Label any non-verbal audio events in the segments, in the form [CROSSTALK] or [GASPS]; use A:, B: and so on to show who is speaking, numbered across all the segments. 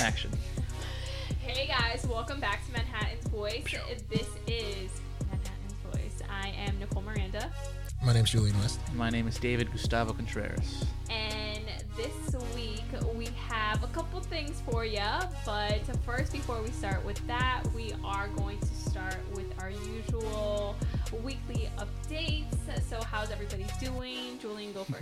A: action.
B: Hey guys, welcome back to Manhattan's Voice. This is Manhattan's Voice. I am Nicole Miranda,
C: My name's Julian West.
A: My name is David Gustavo Contreras.
B: and this week we have a couple things for ya. But first, before we start with that, we are going to start with our usual weekly updates. So, how's everybody doing? Julian, go first.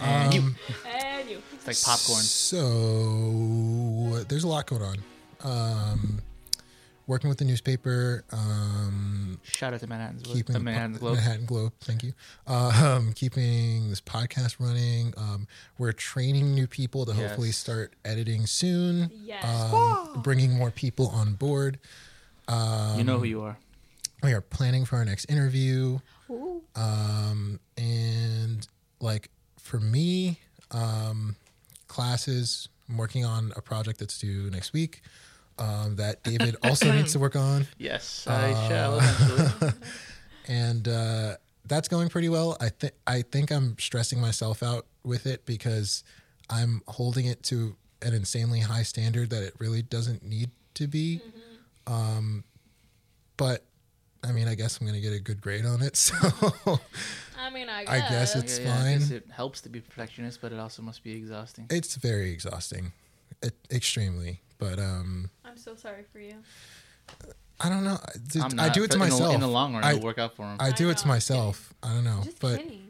A: And
C: Um,
A: you.
B: and you.
A: It's like popcorn.
C: So there's a lot going on. Um, working with the newspaper, um,
A: Shout out to Manhattan's Globe.
C: keeping
A: The
C: the po-
A: Manhattan Globe.
C: Manhattan Globe, Thank you. Um, keeping this podcast running. Um, we're training new people to hopefully
A: Yes.
C: start editing soon.
B: Yes.
C: Um, bringing more people on board. Um,
A: you know who you are.
C: we are planning for our next interview.
B: Ooh.
C: um, and like for me um, classes i'm working on a project that's due next week um, that david also needs to work on
A: Yes, I
C: Uh,
A: shall
C: [LAUGHS]
A: eventually.
C: and uh, that's going pretty well i think i think i'm stressing myself out with it because i'm holding it to an insanely high standard that it really doesn't need to be um, but i mean i guess i'm going to get a good grade on it [LAUGHS] so
B: I mean, I guess.
C: I guess it's-
A: yeah, yeah, I guess
C: fine.
A: it helps to be perfectionist, but it also must be exhausting.
C: it's very exhausting it, extremely but um
B: I'm so sorry for you.
C: i don't know i,
A: I'm
C: I
A: not,
C: do it
A: but
C: to
A: in the-
C: myself
A: In the long run,
C: I-
A: it'll work out for him.
C: i do
B: I
C: it to
B: know.
C: myself i don't know
B: Just
C: but
B: kidding.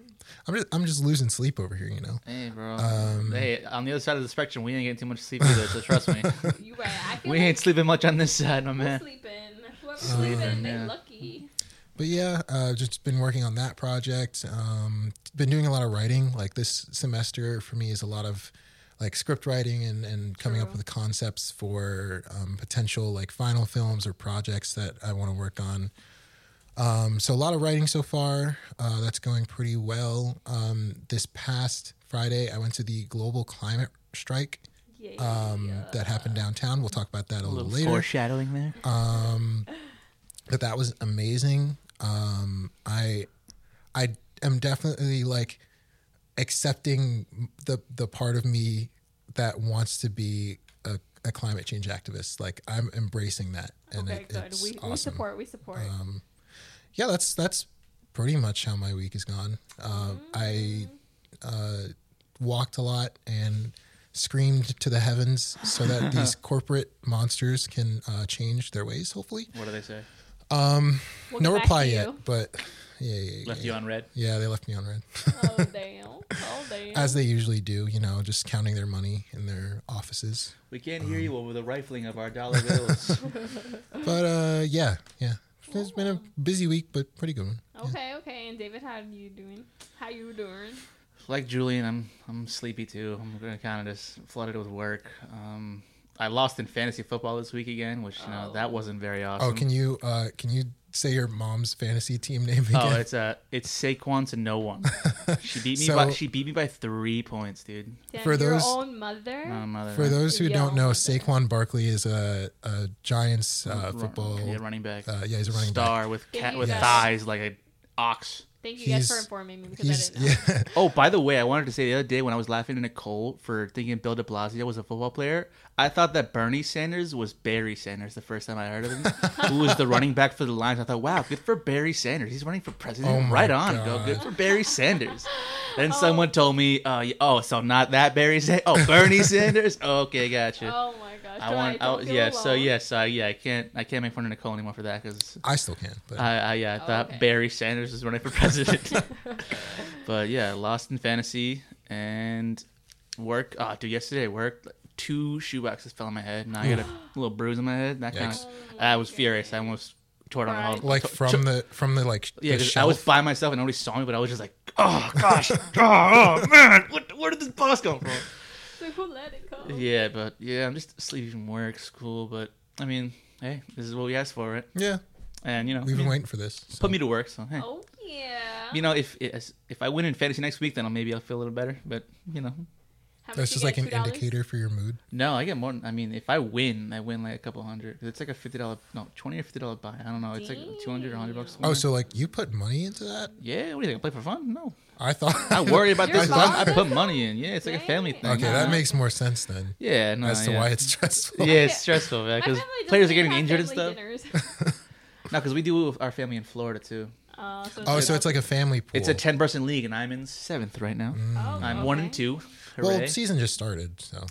C: I'm just, I'm just losing sleep over here you know
A: hey, bro.
C: Um,
A: hey, on the other side of the spectrum, we ain't getting too much sleep either, so trust
C: [LAUGHS]
A: me.
B: You right. I feel
A: we
B: like
A: ain't sleeping much on this side, my
B: Who's
A: man.
B: sleeping? Whoever's
C: Uh,
B: sleeping,
A: Sleeping,
B: they
A: yeah.
B: lucky.
C: but yeah uh just been working on that project um been doing a lot of writing like this semester for me is a lot of like script writing and and coming up
B: True.
C: with concepts for um, potential like final films or projects that i want to work on Um, so a lot of writing so far. Uh, that's going pretty well. Um, this past Friday, I went to the global climate strike
B: Yeah.
C: um, that happened downtown. We'll talk about that
A: A
C: a, little,
A: little
C: later.
A: foreshadowing there.
C: Um, but that was amazing. Um, I, I am definitely like accepting the the part of me that wants to be a, a climate change activist. Like I'm embracing that, and
B: okay,
C: it-
B: good.
C: it's
B: We,
C: awesome
B: we support. We support.
C: um, yeah, that's that's pretty much how my week is gone. Uh, I uh, walked a lot and screamed to the heavens so
B: [LAUGHS]
C: that these corporate monsters can uh, change their ways. Hopefully, Um,
A: What do they say?
B: We'll
C: no
B: get back
C: reply
B: to
C: yet, [LAUGHS]
B: you.
C: but yeah, yeah, yeah,
A: Left you
C: yeah.
A: on red.
C: Yeah, they left
B: [LAUGHS]
C: me on red, [LAUGHS]
B: Oh damn! Oh damn!
C: as they usually do. You know, just counting their money in their
B: [LAUGHS]
C: offices.
A: We can't
C: Um,
A: hear you over the rifling of our dollar
C: [LAUGHS]
A: bills.
C: But uh, yeah, yeah, it's been a busy week, but pretty good one.
B: okay, okay. And David, how you doing? How you doing?
A: like Julian, I'm I'm sleepy too. I'm gonna kind of just flooded with work. Um, I lost in fantasy football this week again, which you know
B: Oh.
A: that wasn't very awesome.
C: Oh, can you uh, can you say your mom's fantasy team name again?
A: Oh, it's uh, it's Saquon to no
C: [LAUGHS]
A: one. She beat me
C: So-
A: by she beat me by three points, dude.
B: Damn,
C: For
B: your
C: those-
B: own mother.
A: Oh, mother
C: [LAUGHS] For those who don't
B: Yeah.
C: know, Saquon Barkley is a, a Giants uh,
A: Run-
C: football.
A: yeah, running back,
C: Uh, yeah, he's a running back.
A: star with
B: Thank
A: cat
B: you
A: with
B: guys.
A: thighs like an ox.
B: Thank you guys for
C: he's-
B: informing me because
C: He's
B: I didn't know.
C: yeah. [LAUGHS]
A: Oh, by the way, I wanted to say the other day when I was laughing at Nicole for thinking Bill de Blasio was a football player, I thought that Bernie Sanders was Barry Sanders the first time I heard of
C: [LAUGHS]
A: him, who was the running back for the Lions. I thought, wow, good for Barry Sanders. He's running for president.
C: Oh my
A: right on, go.
C: God.
A: Good for Barry Sanders. Then
B: Oh.
A: someone told me, uh, y- oh, so not that Barry Sanders. Oh,
C: [LAUGHS]
A: Bernie Sanders. Okay, gotcha.
B: Oh my gosh!
A: I want.
B: Don't
A: Oh,
B: feel
A: yeah. So
B: alone.
A: yeah. So I, yeah. I can't. I can't make fun of Nicole anymore for that because
C: I still can, but
A: I, I yeah, I
B: Oh,
A: thought
B: okay.
A: Barry Sanders was running for
B: [LAUGHS]
A: president. [LAUGHS] but yeah, lost in fantasy and work. Ah, dude, yesterday work. Two shoeboxes fell on my head, and I
B: [GASPS]
A: got a little bruise on my head. That
B: Oh
A: kind of.
C: Yikes.
A: I was furious. I almost tore it on the
B: Right.
A: whole.
C: like
A: to-
C: from
A: to-
C: the from the like
A: yeah,
C: the
A: 'cause I was
C: shelf.
A: by myself and nobody saw me, but I was just like, oh gosh, [LAUGHS] oh, oh, man, what, where did this boss come from?
B: So who let it go?
A: Yeah, but yeah, I'm just sleepy from work, school, but I mean, hey, this is what we asked for, right?
C: yeah.
A: And you know,
C: We've been waiting for this. so.
A: put me to work, so hey.
B: Oh yeah.
A: You know, if if I win in fantasy next week, then I'll, maybe I'll feel a little better. But you know,
B: How much
C: That's
B: you
C: just
B: get?
C: like an
B: $2?
C: indicator for your mood.
A: no, I get more. I mean, if I win, I win like a couple hundred. 'Cause It's like a fifty dollar, no, twenty or fifty dollar buy. I don't know. It's like two hundred or hundred bucks.
C: Oh, so like you put money into that?
A: yeah. What do you think? I play for fun? No,
C: [LAUGHS] I thought
A: [LAUGHS] I worry about
B: Your
A: this one. I
B: father?
A: put money in. Yeah, it's like a family thing.
B: Dang.
C: Okay, that
A: Nah.
C: makes more sense then
A: yeah. No,
C: as to
A: yeah.
C: why it's stressful.
A: yeah, [LAUGHS] it's stressful, man. Because players are getting injured and stuff. No, because we do it with our family in Florida too.
B: [LAUGHS] oh, so
C: [LAUGHS] Oh, so it's like a family pool. Mm.
A: It's a ten-person league, and I'm in seventh right now.
B: Oh,
A: I'm one and
B: okay.
A: two. Hooray.
C: well, season just started, so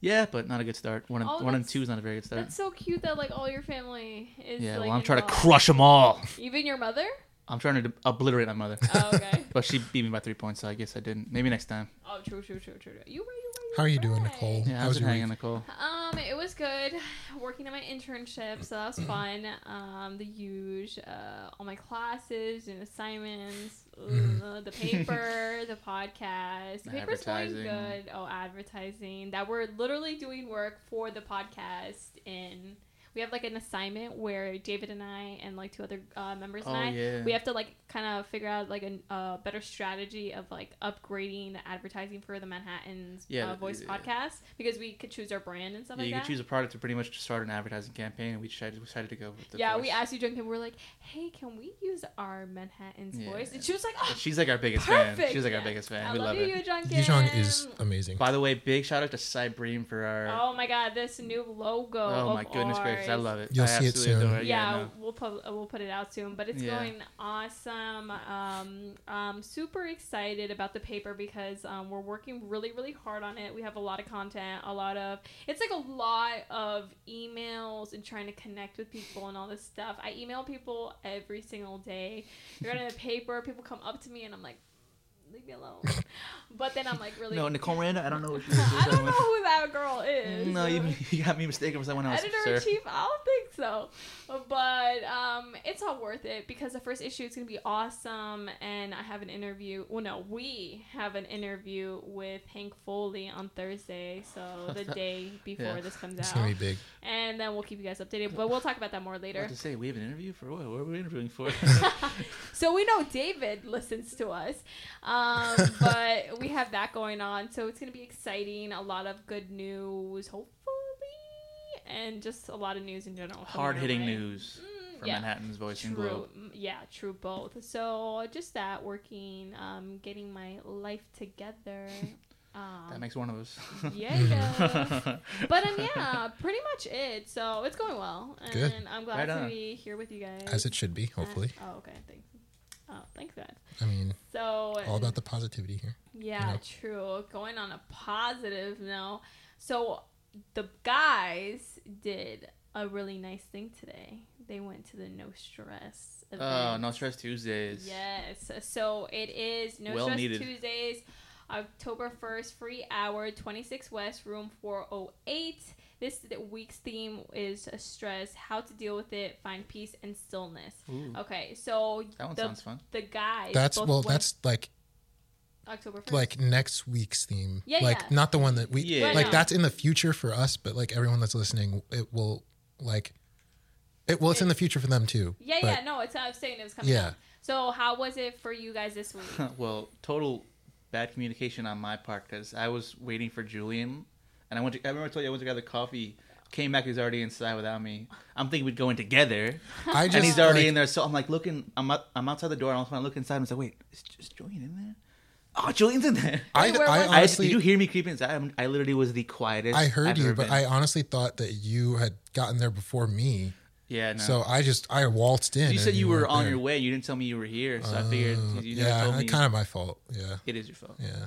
A: yeah, but not a good start. One and,
B: Oh,
A: one and
B: that's-
A: two is not a very good start.
B: That's so cute that like all your family is.
A: Yeah,
B: like,
A: well, I'm trying to
B: involved.
A: crush them
B: [LAUGHS]
A: all.
B: Even your mother?
A: I'm trying to obliterate my mother. [LAUGHS]
B: Oh, okay.
A: But she beat me by three points, so I guess I didn't. Maybe next time.
B: oh, true, true, true, true. true. You were, you were.
C: How are you doing,
B: right.
C: Nicole?
A: Yeah,
C: How
A: I was
C: was your
A: hanging
C: week?
A: Nicole.
B: Um, it was good. Working on my internship, so that
C: [CLEARS THROAT]
B: was fun. Um, the huge, uh, all my classes and
C: [LAUGHS]
B: assignments, uh, the paper, the podcast. The paper's going
A: Advertising.
B: good. Oh, advertising that we're literally doing work for the podcast. In we have like an assignment where David and I and like two other uh, members and
A: Oh,
B: I
A: yeah.
B: we have to like kind of figure out like a uh, better strategy of like upgrading the advertising for the Manhattan's
A: Yeah,
B: uh, voice
A: yeah.
B: podcast because we could choose our brand and stuff
A: Yeah,
B: like
A: you
B: that.
A: could choose a product to pretty much start an advertising campaign, and we decided, we decided to go with the
B: yeah,
A: voice.
B: we asked you, Junkin. We're like, hey, can we use our Manhattan's
A: Yeah.
B: voice? And she was like, oh,
A: [LAUGHS] But She's like our biggest fan.
B: perfect.
A: She's like our
B: Yeah.
A: biggest fan.
B: I
A: we
B: love
A: love,
B: you,
A: it.
B: you, Junkin.
C: Yujong is amazing.
A: By the way, big shout out to Cy Bream for our.
B: Oh my God, this new logo.
A: Oh,
B: of
A: my goodness gracious, I
B: ours.
A: love it.
C: You'll
A: I
C: see it
A: absolutely
C: soon.
A: adore it.
B: yeah,
A: Yeah, no.
B: we'll pub- uh, we'll put it out soon, but it's
A: Yeah.
B: going awesome. Um, I'm super excited about the paper because um, we're working really really hard on it. We have a lot of content, a lot of it's like a lot of emails and trying to connect with people and all this stuff. I email people every single day. Regarding the paper, people come up to me and I'm like, leave me alone. [LAUGHS] but then I'm like really. [LAUGHS]
A: No, Nicole Miranda, I don't know what she's
B: I don't know who that girl is.
A: No,
B: [LAUGHS]
A: you, you got me mistaken for someone else.
B: Editor
A: sir.
B: in chief? I don't think so. But um, it's all worth it because the first issue is going to be awesome. And I have an interview. Well, no, we have an interview with Hank Foley on Thursday. So
A: [LAUGHS]
B: the day before
A: Yeah.
B: this comes
C: It's
B: out.
C: gonna be big.
B: And then we'll keep you guys updated. But we'll talk about that more
A: What
B: later.
A: to say? We have an interview for what? What are we interviewing for?
B: [LAUGHS] so we know David listens to us,
A: [LAUGHS]
B: um, but we have that going on. So it's going to be exciting. A lot of good news, hopefully, and just a lot of news in general. coming our
A: Hard hitting
B: way.
A: news
B: Mm,
A: for
B: yeah.
A: Manhattan's Voice and
B: True.
A: Globe.
B: mm, Yeah, true both. So just that working, um, getting my life together.
A: [LAUGHS] That
B: Um,
A: makes one of us. [LAUGHS]
B: yeah, yeah. [LAUGHS] but um, yeah, pretty much it. So it's going well, and
C: Good.
B: I'm glad
A: Right
B: to
A: on.
B: be here with you guys.
C: As it should be,
B: Uh,
C: hopefully.
B: oh, okay. Thanks. Oh, thanks, guys.
C: I mean,
B: So
C: all about the positivity here.
B: yeah,
C: know.
B: true. Going on a positive note. So the guys did a really nice thing today. They went to the No Stress event.
A: oh, No Stress Tuesdays.
B: Yes. So it is No
A: Well
B: Stress
A: needed.
B: Tuesdays, October 1st, free hour, 26 West, room 408. This week's theme is stress, how to deal with it, find peace and stillness.
A: Ooh,
B: Okay, so
A: that one
B: the,
A: sounds fun. [LAUGHS]
B: the guys.
C: That's
B: both
C: well,
B: went
C: that's like
B: October 1st.
C: like next week's theme.
B: Yeah,
C: like
B: yeah.
C: not the one that we
A: Yeah.
C: like
B: Yeah.
C: that's in the future for us, but like everyone that's listening, it will like it well it's in the future for them too.
B: Yeah,
C: but
B: yeah, no, it's I was saying it was coming.
C: Yeah.
B: up. So how was it for you guys this week?
A: [LAUGHS] well, total bad communication on my part because I was waiting for Julian, and I went. To, I remember I told you I went to gather coffee. Came back, he's already inside without me. I'm thinking we'd go in together,
C: I just
A: and he's already
C: like,
A: in there. So I'm like looking. I'm out, I'm outside the door, and all of a sudden I look inside. and I'm like, wait, is, is Julian in there? Oh, Julian's in there.
C: I,
B: Wait, where
C: I
B: was
A: I,
B: it?
A: did
C: honestly
A: you hear me creeping inside? I'm- I literally was the quietest.
C: I heard
A: I've
C: you,
A: ever
C: but
A: been.
C: I honestly thought that you had gotten there before me.
A: yeah. No.
C: So I just I waltzed in.
A: you said
C: and
A: you were
C: weren't
A: on
C: there.
A: your way. You didn't tell me you were here, so I figured
C: Uh,
A: you never
C: yeah,
A: told me.
C: kind of my fault. Yeah,
A: It is your fault.
C: yeah,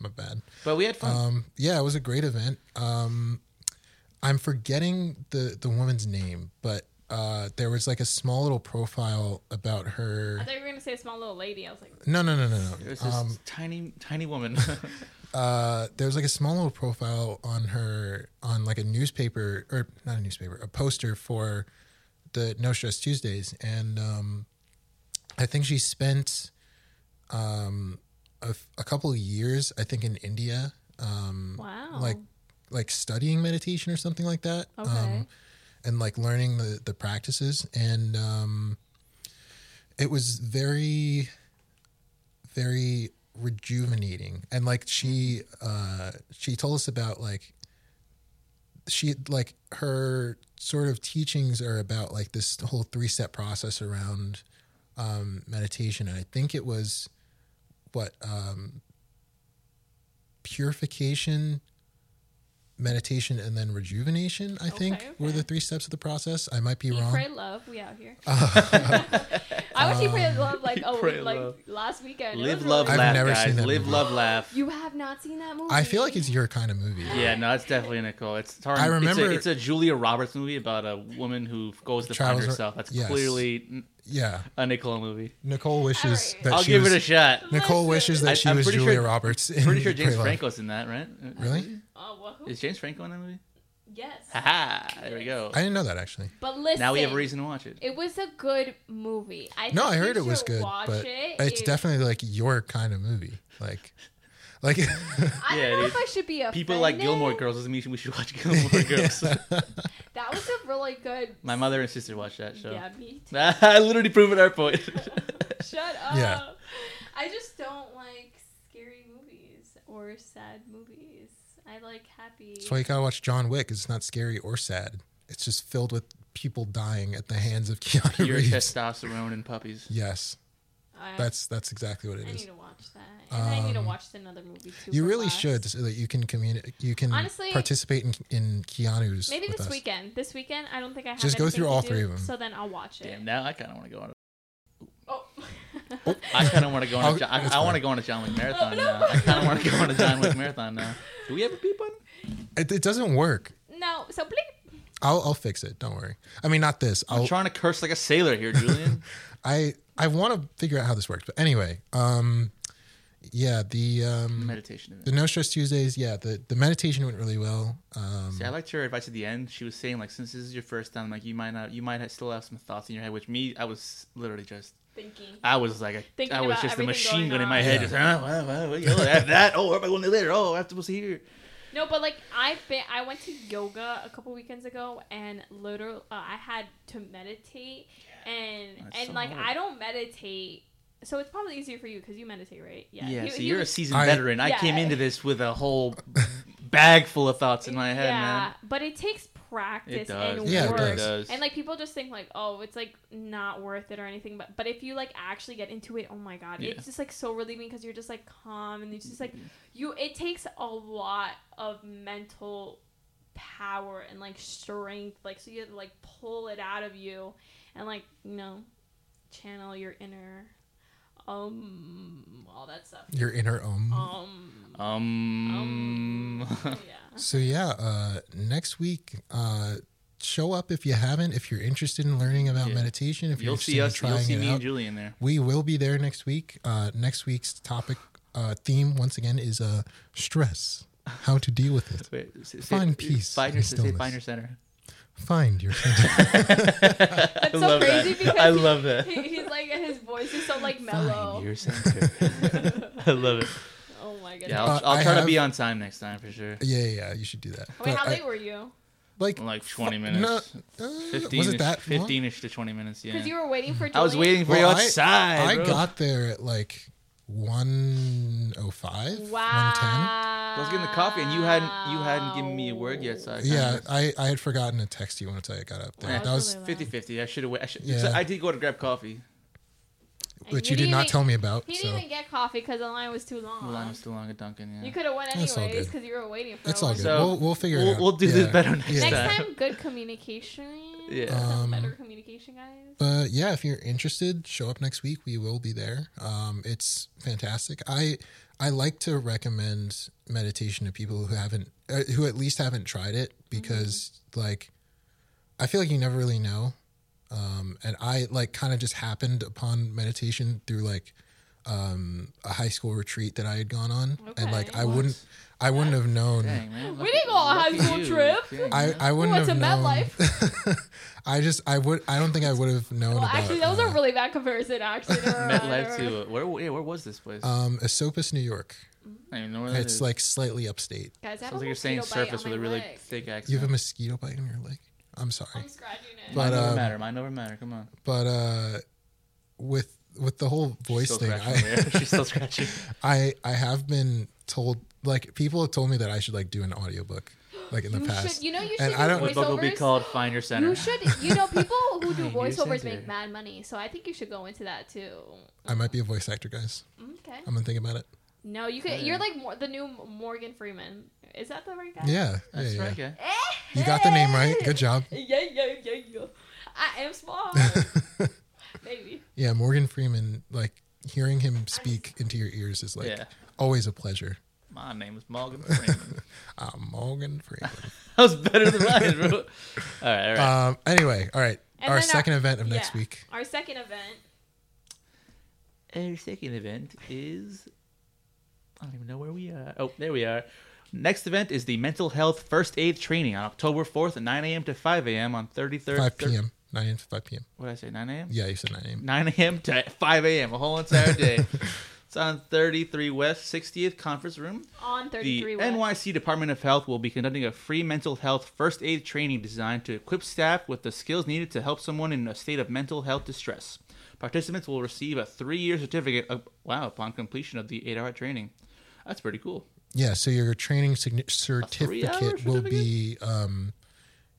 C: my bad.
A: But we had fun.
C: Um, yeah, it was a great event. Um, I'm forgetting the the woman's name, but uh, there was like a small little profile about
B: I
C: her.
B: thought you were gonna say a small little lady. I was like,
C: No, no, no, no,
A: it was
C: no.
A: this
C: Um,
A: tiny, tiny
C: [LAUGHS]
A: woman. [LAUGHS]
C: uh, there was like a small little profile on her on like a newspaper or not a newspaper, a poster for the No Stress Tuesdays, and um, I think she spent um, a, f- a couple of years, I think, in India. Um,
B: wow.
C: like like studying meditation or something like that
B: Okay.
C: um, and like learning the the practices and um it was very very rejuvenating and like she uh she told us about like she like her sort of teachings are about like this whole three step process around um meditation and i think it was what um, purification, meditation, and then rejuvenation. I think
B: Okay,
C: were
B: okay.
C: the three steps of the process. I might be
B: You
C: wrong. Uh,
B: pray love. We out here. [LAUGHS] I was you pray love like
A: You
B: oh
A: pray
B: like
A: love.
B: last weekend. It
A: Live,
B: was
A: love,
C: I've
B: really-
A: laugh,
C: never
A: guys.
C: seen that
A: Live,
C: movie.
A: love, laugh.
B: You have not seen that movie.
C: I feel like it's your kind of movie.
A: Yeah, no, it's definitely Nicole. It's hard.
C: I remember-
A: it's a, it's a Julia Roberts movie about a woman who goes to find
C: Travels ar-
A: herself. That's
C: yes.
A: clearly n-
C: Yeah.
A: a Nicole movie.
C: Nicole wishes
B: Alright.
C: that
A: I'll
C: she
A: give
C: was,
A: it a
C: [LAUGHS]
A: shot.
C: Nicole wishes that
A: I-
C: she
A: I'm
C: was
A: pretty
C: Julia
A: sure-
C: roberts. in
A: Pretty sure
C: Pray
A: James
C: Love.
A: Franco's in that, right?
C: Really?
B: Oh well, who?
A: Is James Franco in that movie?
B: Yes.
A: Haha! There we go.
C: I didn't know that actually.
B: But listen.
A: Now we have a reason to watch it.
B: It was a good movie. I
C: No,
B: think
C: I
B: you
C: heard it was
B: should
C: good,
B: watch
C: but
B: it.
C: it's
B: It-
C: definitely like your kind of movie.
A: [LAUGHS]
C: Like, like
B: I
A: Yeah,
B: don't know
A: dude.
B: if I should be offended.
A: People like Gilmore Girls doesn't mean we should watch
B: [LAUGHS]
A: Gilmore
C: [LAUGHS]
A: Girls.
B: That was a really good.
A: [LAUGHS] My mother and sister watched that show.
B: Yeah, me
A: [LAUGHS]
B: too.
A: I literally proven our [LAUGHS] point.
B: Shut up.
C: Yeah.
B: I just don't like scary movies or sad movies. I like happy.
C: that's why you gotta watch John Wick. 'cause It's not scary or sad. It's just filled with people dying at the hands of [LAUGHS] Keanu
A: Pure
C: Reeves.
A: testosterone and puppies.
C: Yes,
B: I,
C: that's that's exactly what
B: I
C: it
B: need
C: is.
B: to watch that, and I need to
C: Um,
B: watch another movie too.
C: You
B: for
C: really
B: class.
C: should so that you can communicate. You can
B: Honestly-
C: participate in in Keanu's.
B: Maybe
C: with
B: this
C: us.
B: weekend. This weekend, I don't think I have.
C: Just go
B: anything
C: through
B: to
C: all
B: do,
C: three of 'em.
B: So then I'll watch it.
A: Damn, now I kind of want to go on. A,
B: Oh. [LAUGHS]
A: I kind of want to go on. A,
C: I'll-
A: Jo- I,
C: that's
A: I want to
C: fine.
A: go on a John Wick marathon
B: Oh, no.
A: now. I kind of want to go on a John Wick marathon now. Do we have a beep button?
C: It, it doesn't work.
B: no, so bleep.
C: I'll I'll fix it. Don't worry. I mean, not this.
A: I'm
C: I'll
A: trying to curse like a sailor here, [LAUGHS] Julian.
C: [LAUGHS] I I want to figure out how this works. But anyway, um, yeah, the
A: Mm.
C: um,
A: Meditation. event.
C: the No Stress Tuesdays. Yeah, the the meditation went really well. Um,
A: See, I liked her advice at the end. She was saying like, since this is your first time, like you might not, you might have, still have some thoughts in your head. Which me, I was literally just,
B: Thinking.
A: I was like, a,
B: Thinking
A: I was
B: about
A: just a
B: everything
A: machine
B: going
A: gun in
B: on.
A: my head.
C: Yeah.
A: Just, oh, well, well, well, you know, that, that, oh, where am I going to later? Oh, I have to go see here.
B: No, but like I've been, I went to yoga a couple weekends ago, and literally, uh, I had to meditate, and
A: That's
B: and
A: so
B: like
A: hard.
B: I don't meditate, so it's probably easier for you because you meditate, right?
A: Yeah,
B: You-
A: so
B: you-
A: you're a seasoned
C: I-
A: veteran. I
B: Yeah.
A: came into this with a whole
C: [LAUGHS]
A: bag full of thoughts in my head,
B: yeah,
A: man.
B: but it takes practice
A: It does.
B: and
C: Yeah, it
B: work.
A: does.
B: And like people just think like, oh, it's like not worth it or anything. But but if you like actually get into it, oh my god,
A: Yeah.
B: it's just like so relieving because you're just like calm and it's just like you. It takes a lot of mental power and like strength, like so you have to like pull it out of you and like you know channel your inner um all
A: [LAUGHS]
B: that stuff
C: your inner um.
B: um
A: Um, [LAUGHS]
B: yeah
C: So yeah, uh, next week, uh, show up if you haven't. If you're interested in learning about
A: Yeah.
C: meditation, if
A: you'll
C: you're interested
A: see
C: in
A: us.
C: trying
A: You'll see
C: it
A: me and
C: out,
A: Julian there.
C: we will be there next week. Uh, next week's topic uh, theme once again is uh, stress. How to deal with it.
A: Wait, say,
C: Find peace
A: Find
C: in
A: your, say,
C: stillness.
A: find your
C: [LAUGHS]
A: center. [LAUGHS]
C: Find your
A: That's
B: so crazy because
A: I
B: he-
A: love that.
B: [LAUGHS] he, he's like his voice is so like mellow.
A: Find
B: [LAUGHS]
A: your center. [LAUGHS] I love it.
B: Oh my goodness.
A: Yeah, I'll,
C: Uh,
A: I'll
C: I
A: try to
C: have- Uh,
A: be on time next time for sure.
C: yeah, yeah, yeah, you should do that.
B: Wait,
C: But
B: how
C: I-
B: late were you?
C: like
A: Like 20
C: fu-
A: minutes.
C: No, uh,
A: 15
C: was it that long?
A: 15 ish to 20 minutes, yeah.
B: Because you were waiting for.
A: I was
B: Julian.
A: waiting for
C: Well,
A: you
C: I-
A: outside.
C: I
A: bro.
C: got there at like 105, 110.
B: Wow.
A: I was getting the coffee and you hadn't you hadn't given me a word yet, so I kinda-
C: Yeah, I, I had forgotten to text you once I got up there.
A: Yeah.
C: That was
A: 50-50. I should have. I, should-
C: Yeah.
A: so I did go to grab coffee.
C: which you did not tell me about.
B: He didn't
C: So
B: even get coffee because the line was too
A: The
B: long.
A: line was too long at Dunkin'. Yeah.
B: You could have went
C: That's all
B: anyways
C: good.
B: because you were waiting for.
C: it's
B: a
C: all
B: long
C: good.
A: So,
C: we'll we'll figure it
A: we'll-
C: out.
A: we'll do
C: yeah.
A: this better next
B: Next
C: Yeah.
A: time.
B: time, good communication.
A: Yeah.
B: Some
C: Um,
B: better communication, guys.
C: But yeah, if you're interested, show up next week. We will be there. Um, it's fantastic. I I like to recommend meditation to people who haven't, uh, who at least haven't tried it,
A: Mm-hmm.
C: because like, I feel like you never really know. Um, and I like kind of just happened upon meditation through like um, a high school retreat that I had gone on, and like
B: Okay.
C: I wouldn't, I wouldn't have known.
A: Dang, man.
B: We didn't go on a high
A: lucky
B: school
A: you.
B: trip.
A: Yeah.
C: I, I wouldn't
B: went to
C: have known. [LAUGHS]
B: MetLife.
C: I just I would I don't think I would have known
B: Well,
C: about.
B: actually, that was a
C: uh,
B: really bad comparison. Actually,
A: [LAUGHS] MetLife to uh, where? Yeah, where was this place?
C: Um, Esopus, New York.
A: I don't even know where that
C: It's
A: is.
C: like slightly upstate.
B: Guys, I have
A: sounds
B: a
A: like you're saying
B: mosquito bite
A: surface
B: on
A: with a
B: my
A: really
B: leg.
A: thick accent.
C: You have a mosquito bite on your leg. I'm sorry,
B: I'm scratching it.
C: But,
A: Mine over
C: um,
A: matter. Mine over matter. Come on.
C: but uh, with with the whole voice
A: Still
C: thing,
A: scratching.
C: I,
A: there. [LAUGHS] She's
C: [LAUGHS]
A: still
B: [LAUGHS]
A: scratching.
C: I I have been told like people have told me that I should like do an audiobook. like in the
B: You
C: past.
B: should. You know you should
C: And
B: do
C: I don't-
A: The
B: voiceovers.
A: book will be called Find Your Center.
B: You should. You know, people
C: [LAUGHS]
B: who do
A: Your
B: voiceovers
A: center.
B: make mad money, so I think you should go into that too.
C: I might be a voice actor, guys.
B: Okay.
C: I'm gonna think about it.
B: No, you could. You're like more, the new Morgan Freeman. Is that the right guy? Eh?
C: Yeah, yeah,
A: That's
C: yeah.
A: right, yeah.
C: You got the name right. Good job.
B: [LAUGHS] Yeah, yeah, yeah, yeah. I am
C: [LAUGHS]
B: small. Maybe.
C: yeah, Morgan Freeman. Like hearing him speak into your ears is like
A: Yeah.
C: always a pleasure.
A: My name is Morgan Freeman.
C: [LAUGHS] Uh, Morgan Freeman.
A: that was better than mine, bro. All right, all right.
C: um. Anyway, all right.
B: And
C: our
B: then uh,
C: second event of next
B: yeah,
C: week.
B: Our second event.
A: Our second event is. I don't even know where we are. Oh, there we are. Next event is the mental health first aid training on October 4th at 9 a.m. to 5 a.m. on 33rd.
C: 5 p.m. 9 a.m. to 5 p.m.
A: What did I say? 9 a.m.
C: Yeah, you said 9 a.m.
A: 9 a.m. to 5 a.m. A whole entire day. it's on 33 West 60th Conference Room.
B: on
A: The
B: 33 West.
A: NYC Department of Health will be conducting a free mental health first aid training designed to equip staff with the skills needed to help someone in a state of mental health distress. Participants will receive a three-year certificate. Of, wow! Upon completion of the eight-hour training, that's pretty cool.
C: Yeah, so your training sign- certificate, will be um,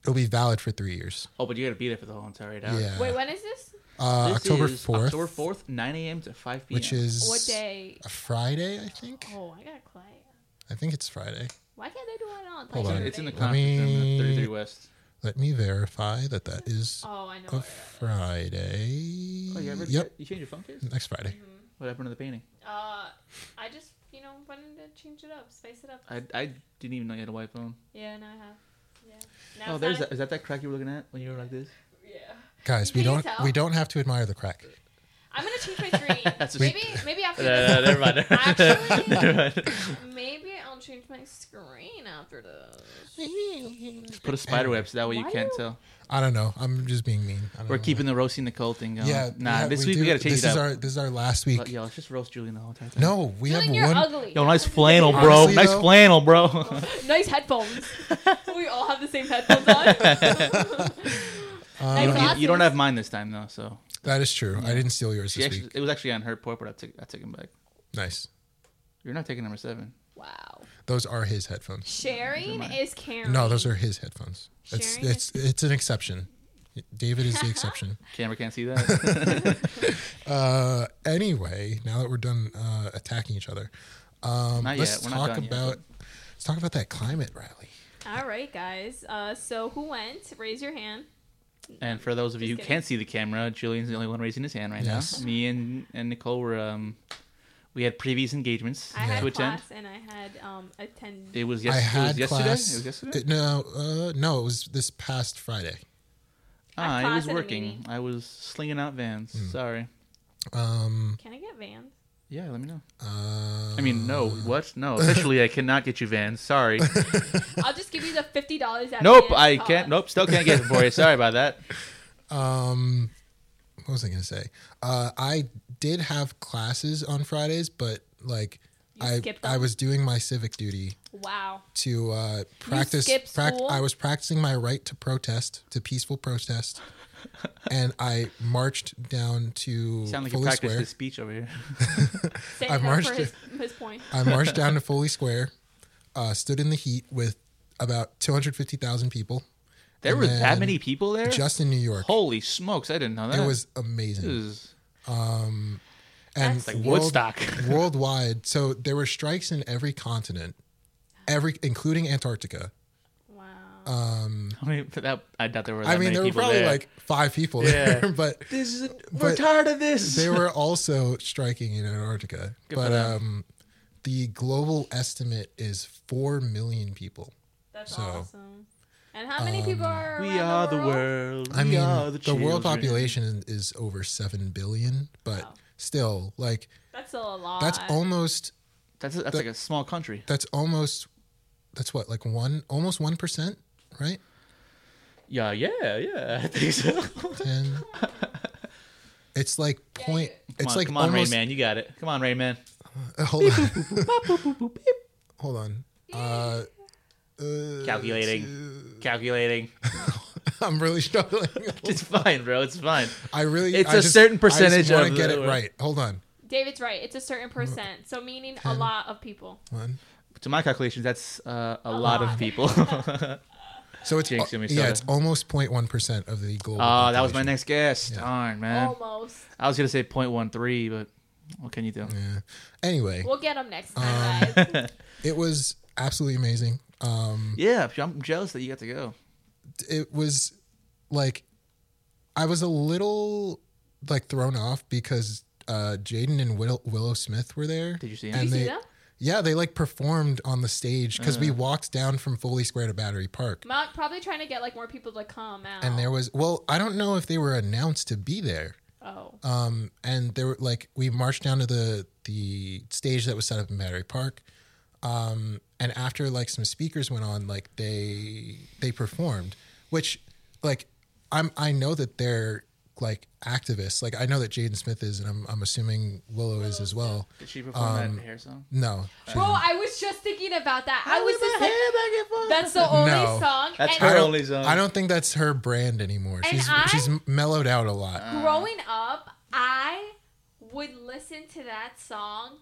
C: it'll be valid for three years.
A: Oh, but you got to be there for the whole entire eight hours.
C: Yeah,
B: Wait, when is this?
C: uh,
A: This
C: October
A: is
C: fourth,
A: October fourth, nine a.m. to five p.m.
C: which is
B: What day?
C: a Friday, I think.
B: Oh, I got class.
C: I think it's Friday.
B: Why can't they do it on?
C: Hold
A: It's
B: like,
A: in-
C: on.
A: it's in the
B: Thursday?
C: Let
A: conference room,
C: me-
A: 33 West.
C: Let me verify that that is
B: Oh, I know.
C: a
B: it.
C: Friday.
A: Oh, you ever?
C: yep,
A: You changed your phone case?
C: next Friday.
B: Mm-hmm.
A: What happened to the painting?
B: Uh, I just you know wanted to change it up, spice it up.
A: I, I didn't even know you had a white phone.
B: yeah, now I have. Yeah.
A: Oh,
B: Now it's
A: there's
B: not-
A: that. Is that that crack you were looking at when you were like this?
B: Yeah.
C: Guys, we
B: Can you
C: don't
B: tell?
C: we don't have to admire
B: [LAUGHS]
C: the crack.
B: I'm gonna change my screen.
A: [LAUGHS] That's a-
B: maybe
A: [LAUGHS]
B: maybe after
A: No, no, no,
B: this.
A: never mind.
B: [LAUGHS] Actually-
A: [LAUGHS] Never mind.
B: Maybe I'll change my screen after this.
C: I
A: Put a spider web so that way you
B: Why
A: can't
B: do-
A: tell.
C: don't know. I'm just being mean. I don't
A: We're
C: know.
A: keeping the roasting Nicole thing going.
C: Yeah,
A: nah.
C: yeah,
A: this week we
C: do-
A: gotta change
C: this
A: it up.
C: is our this is our last week.
A: Let- Yo, let's just roast Julian the whole entire time.
C: No, we
B: Julian, you're
C: have one.
B: ugly.
A: Yo, nice flannel, bro.
C: Honestly,
A: nice
C: though-
A: flannel,
C: [LAUGHS]
A: bro.
B: [LAUGHS] nice headphones. we all have the same
A: [LAUGHS]
B: headphones on.
A: you,
B: nice
A: don't, you- you don't
B: glasses.
A: have mine this time though, so
C: uh, That is true. I didn't steal yours
A: she
C: this
A: actually,
C: week.
A: it was actually on her port, but I took I took him back.
C: Nice.
A: You're not taking number seven.
B: Wow.
C: Those are his headphones.
B: Sharing
A: mine.
B: is caring.
C: No, those are his headphones. It's
B: Sharing
C: it's it's an exception. David is
B: [LAUGHS]
C: the exception.
A: Camera can't see that.
C: [LAUGHS] Uh, anyway, now that we're done uh, attacking each other, um,
A: Not
C: let's
A: yet. We're not
C: talk
A: done yet,
C: about let's talk about that climate rally.
B: All right, guys. Uh, so who went? Raise your hand.
A: and for those of you who
B: Just kidding.
A: can't see the camera, Julian's the only one raising his hand right
C: Yes.
A: now. Me and, and Nicole were um, we had previous engagements
B: I
A: to
B: had
A: attend.
B: class and I had um attended.
A: It was,
C: I
A: yes, it was
C: had
A: yesterday.
C: class.
A: It was yesterday.
C: uh, no, uh, no, it was this past Friday.
B: I
A: Ah,
B: had
A: I was
B: class at a
A: working.
B: meeting.
A: I was slinging out vans.
C: Hmm.
A: Sorry.
C: Um,
B: Can I get vans?
A: Yeah, let me know.
C: uh,
A: I mean, no. What? No. Officially, I cannot get you vans.
C: [LAUGHS]
A: Sorry.
B: I'll just give you the Oh, fifty dollars.
A: nope. I can't. Nope. Still can't get it for you. Sorry about
C: [LAUGHS]
A: that.
C: Um, what was I going to say? Uh, I did have classes on Fridays, but like
B: You
C: I
B: skipped
C: I
B: them?
C: was doing my civic duty
B: Wow.
C: to uh, practice.
B: skipped
C: prac-
B: school?
C: I was practicing my right to protest, to
A: [LAUGHS]
C: peaceful protest, and I marched down to
A: Sound like you
C: Foley
A: practiced
C: Square.
A: this speech over here. [LAUGHS]
B: Saying
C: I've
B: that
C: marched
B: for his, his point.
C: I marched down to Foley Square, uh, stood in the heat with about two hundred fifty thousand people.
A: There
C: And
A: were
C: then
A: that many people there.
C: just in New York.
A: Holy smokes! I didn't know that.
C: It was
A: This
C: amazing.
A: is
C: And
B: That's
A: like
C: world-
A: Woodstock. [LAUGHS]
C: worldwide. So there were strikes in every continent, every including Antarctica. Um,
B: Wow.
A: I
C: Uh,
A: mean, for that I doubt there were. That
C: I
A: many
C: mean, there were
A: people
C: probably
A: there.
C: like five people
A: Yeah.
C: there, [LAUGHS] but
A: This is. We're
C: but-
A: tired of this.
C: they were also striking in Antarctica.
A: Good for
C: but
A: them.
C: um, the global estimate is four million people.
B: That's
C: so- um,
B: awesome. And how many people are?
A: [LAUGHS] we
B: around
A: are the
B: world?
A: world.
C: I
A: we
C: mean,
A: are
C: the, world
A: children.
C: population is over seven billion, but
B: Wow.
C: still, like
B: That's still a lot.
C: that's almost
A: That's that's like a small country.
C: that's almost that's what like one almost one percent, right?
A: Yeah, yeah, yeah. I think so.
C: Ten. It's like point.
A: Come
C: it's
A: on,
C: like
A: come on,
C: almost,
A: Rain Man, you got it. Come on, Rain Man.
C: Uh, [LAUGHS] hold on. hold on. Uh, uh,
A: Calculating, calculating.
C: [LAUGHS]
A: [LAUGHS]
C: I'm really struggling.
A: It's fine, bro. It's fine.
C: I really.
A: It's
C: I
A: a
C: just-
A: certain
C: I
A: percentage
C: just wanna
A: of
C: get
A: the-
C: it right. Hold on.
B: David's right. It's a certain percent. So meaning a lot of people.
C: One.
A: to my calculations, that's uh, a, lot,
B: lot.
A: of [LAUGHS] people.
C: Oh, So it's
A: Jinx, Minnesota.
C: yeah, it's almost 0.1 percent of the global.
A: oh, that was my
C: population.
A: next guess. Darn, man.
B: Almost.
A: I was gonna say 0.13, but what can you
C: [LAUGHS]
A: do?
C: Yeah. Anyway,
B: We'll get them next
C: Um,
B: time, guys.
C: it was absolutely amazing. Um,
A: Yeah, I'm jealous that you got to go.
C: it was like I was a little like thrown off because uh, Jaden and Will- Willow Smith were there.
A: Did you see
B: Did
A: him?
B: you see
C: they-
B: them?
C: Yeah, they like performed on the stage because
A: Uh.
C: we walked down from Foley Square to Battery Park.
B: Mount probably trying to get like more people to come out.
C: And there was, well, I don't know if they were announced to be there.
B: oh,
C: Um, and there were like, we marched down to the, the stage that was set up in Battery Park. Um, and after like some speakers went on, like they, they performed, which like, I'm, I know that they're like activists. Like I know that Jaden Smith is, and I'm, I'm assuming Willow is as well.
A: Did she perform
C: Um,
A: that hair song?
C: No.
B: bro, I was just thinking about that. I was just like,
A: That's
B: that's the only
C: No.
B: song.
A: That's
C: I
A: her
B: and
C: don't,
A: only zone.
C: I don't think that's her brand anymore.
B: And
C: she's
B: I-
C: she's mellowed out a lot.
A: Uh,
B: growing up, I would listen to that song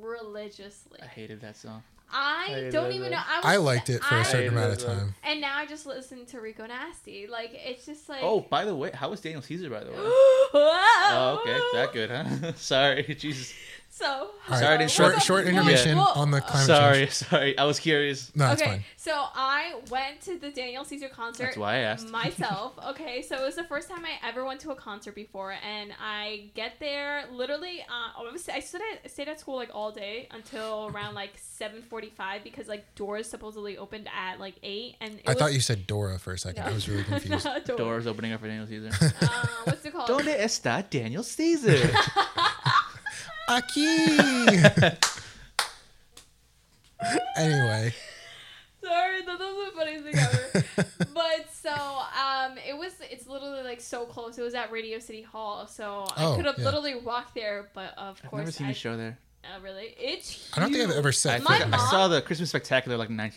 B: religiously.
A: I hated that song.
B: I,
A: I
B: don't
A: love
B: even
A: it.
B: know. I, was,
C: I liked it for
B: I-
C: a certain amount of
A: I-
C: time.
B: And now I just listen to Rico Nasty. Like it's just like [GASPS]
A: Oh, by the way, how was Daniel Caesar? By the way.
B: oh,
A: Oh, okay, that good, huh? [LAUGHS] sorry, Jesus.
B: So all
C: right,
A: Sorry to
C: Short
A: Well,
C: short
A: well,
C: intermission
B: well,
C: on the climate
A: Sorry,
C: change.
A: sorry. I was curious.
C: No, it's
B: okay,
C: fine.
B: so I went to the Daniel Caesar concert.
A: That's why I [LAUGHS] asked.
B: myself. Okay, so it was the first time I ever went to a concert before, and I get there literally. Uh, I was- I stood at, I stayed at school like all day until around like seven forty-five because like doors supposedly opened at like eight, and it
C: I
B: was,
C: thought you said Dora for a second.
B: [LAUGHS]
C: I was really confused.
B: no, doors.
A: Doors opening up for Daniel
B: [LAUGHS]
A: Caesar.
B: Uh, what's it called?
A: Donde está Daniel Caesar?
B: [LAUGHS]
C: Aki.
A: [LAUGHS]
B: [LAUGHS]
C: anyway,
B: Sorry, that was the funniest thing ever. but so, um, it was, it's literally like so close. It was at Radio City Hall, so I
C: Oh,
B: could have
C: yeah.
B: literally walked there, but of
A: I've
B: course,
A: never seen
B: I,
A: a show there.
B: uh, really, it's.
C: I don't think I've
B: huge.
C: ever
A: I,
C: said
B: My
A: forgot- I
B: mom-
A: saw the Christmas Spectacular like
B: My mom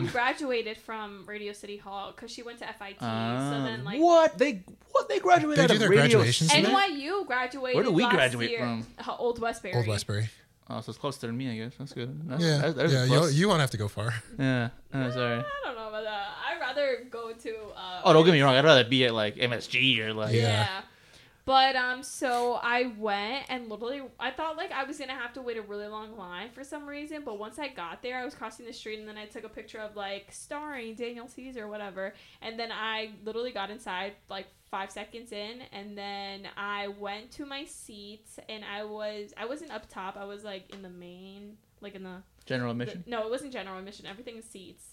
A: 1999.
B: graduated from Radio City Hall because she went to FIT. so then, like,
A: Um, what they what they graduated
C: They
A: out
C: do
A: of
C: their
A: radio.
C: graduations
A: City?
C: there?
B: NYU graduated.
A: Where do we
B: last
A: graduate
B: year.
A: from?
B: Uh, Old Westbury.
C: Old Westbury.
A: Oh, so it's closer than me, I guess. That's good. That's,
C: Yeah,
A: that's, that's
C: yeah. You,
A: close.
C: you won't have to go far.
A: yeah. Oh,
B: I
A: sorry.
B: don't know about that. I'd rather go to. Uh,
A: Oh, don't get me wrong. I'd rather be at like MSG or like.
C: Yeah.
B: Yeah. But um, so I went and literally, I thought like I was gonna have to wait a really long line for some reason. But once I got there, I was crossing the street and then I took a picture of like starring Daniel Caesar, whatever. And then I literally got inside like five seconds in, and then I went to my seat and I was I wasn't up top. I was like in the main, like in the,
A: General
B: the-
A: admission.
B: no, it wasn't general admission. Everything is seats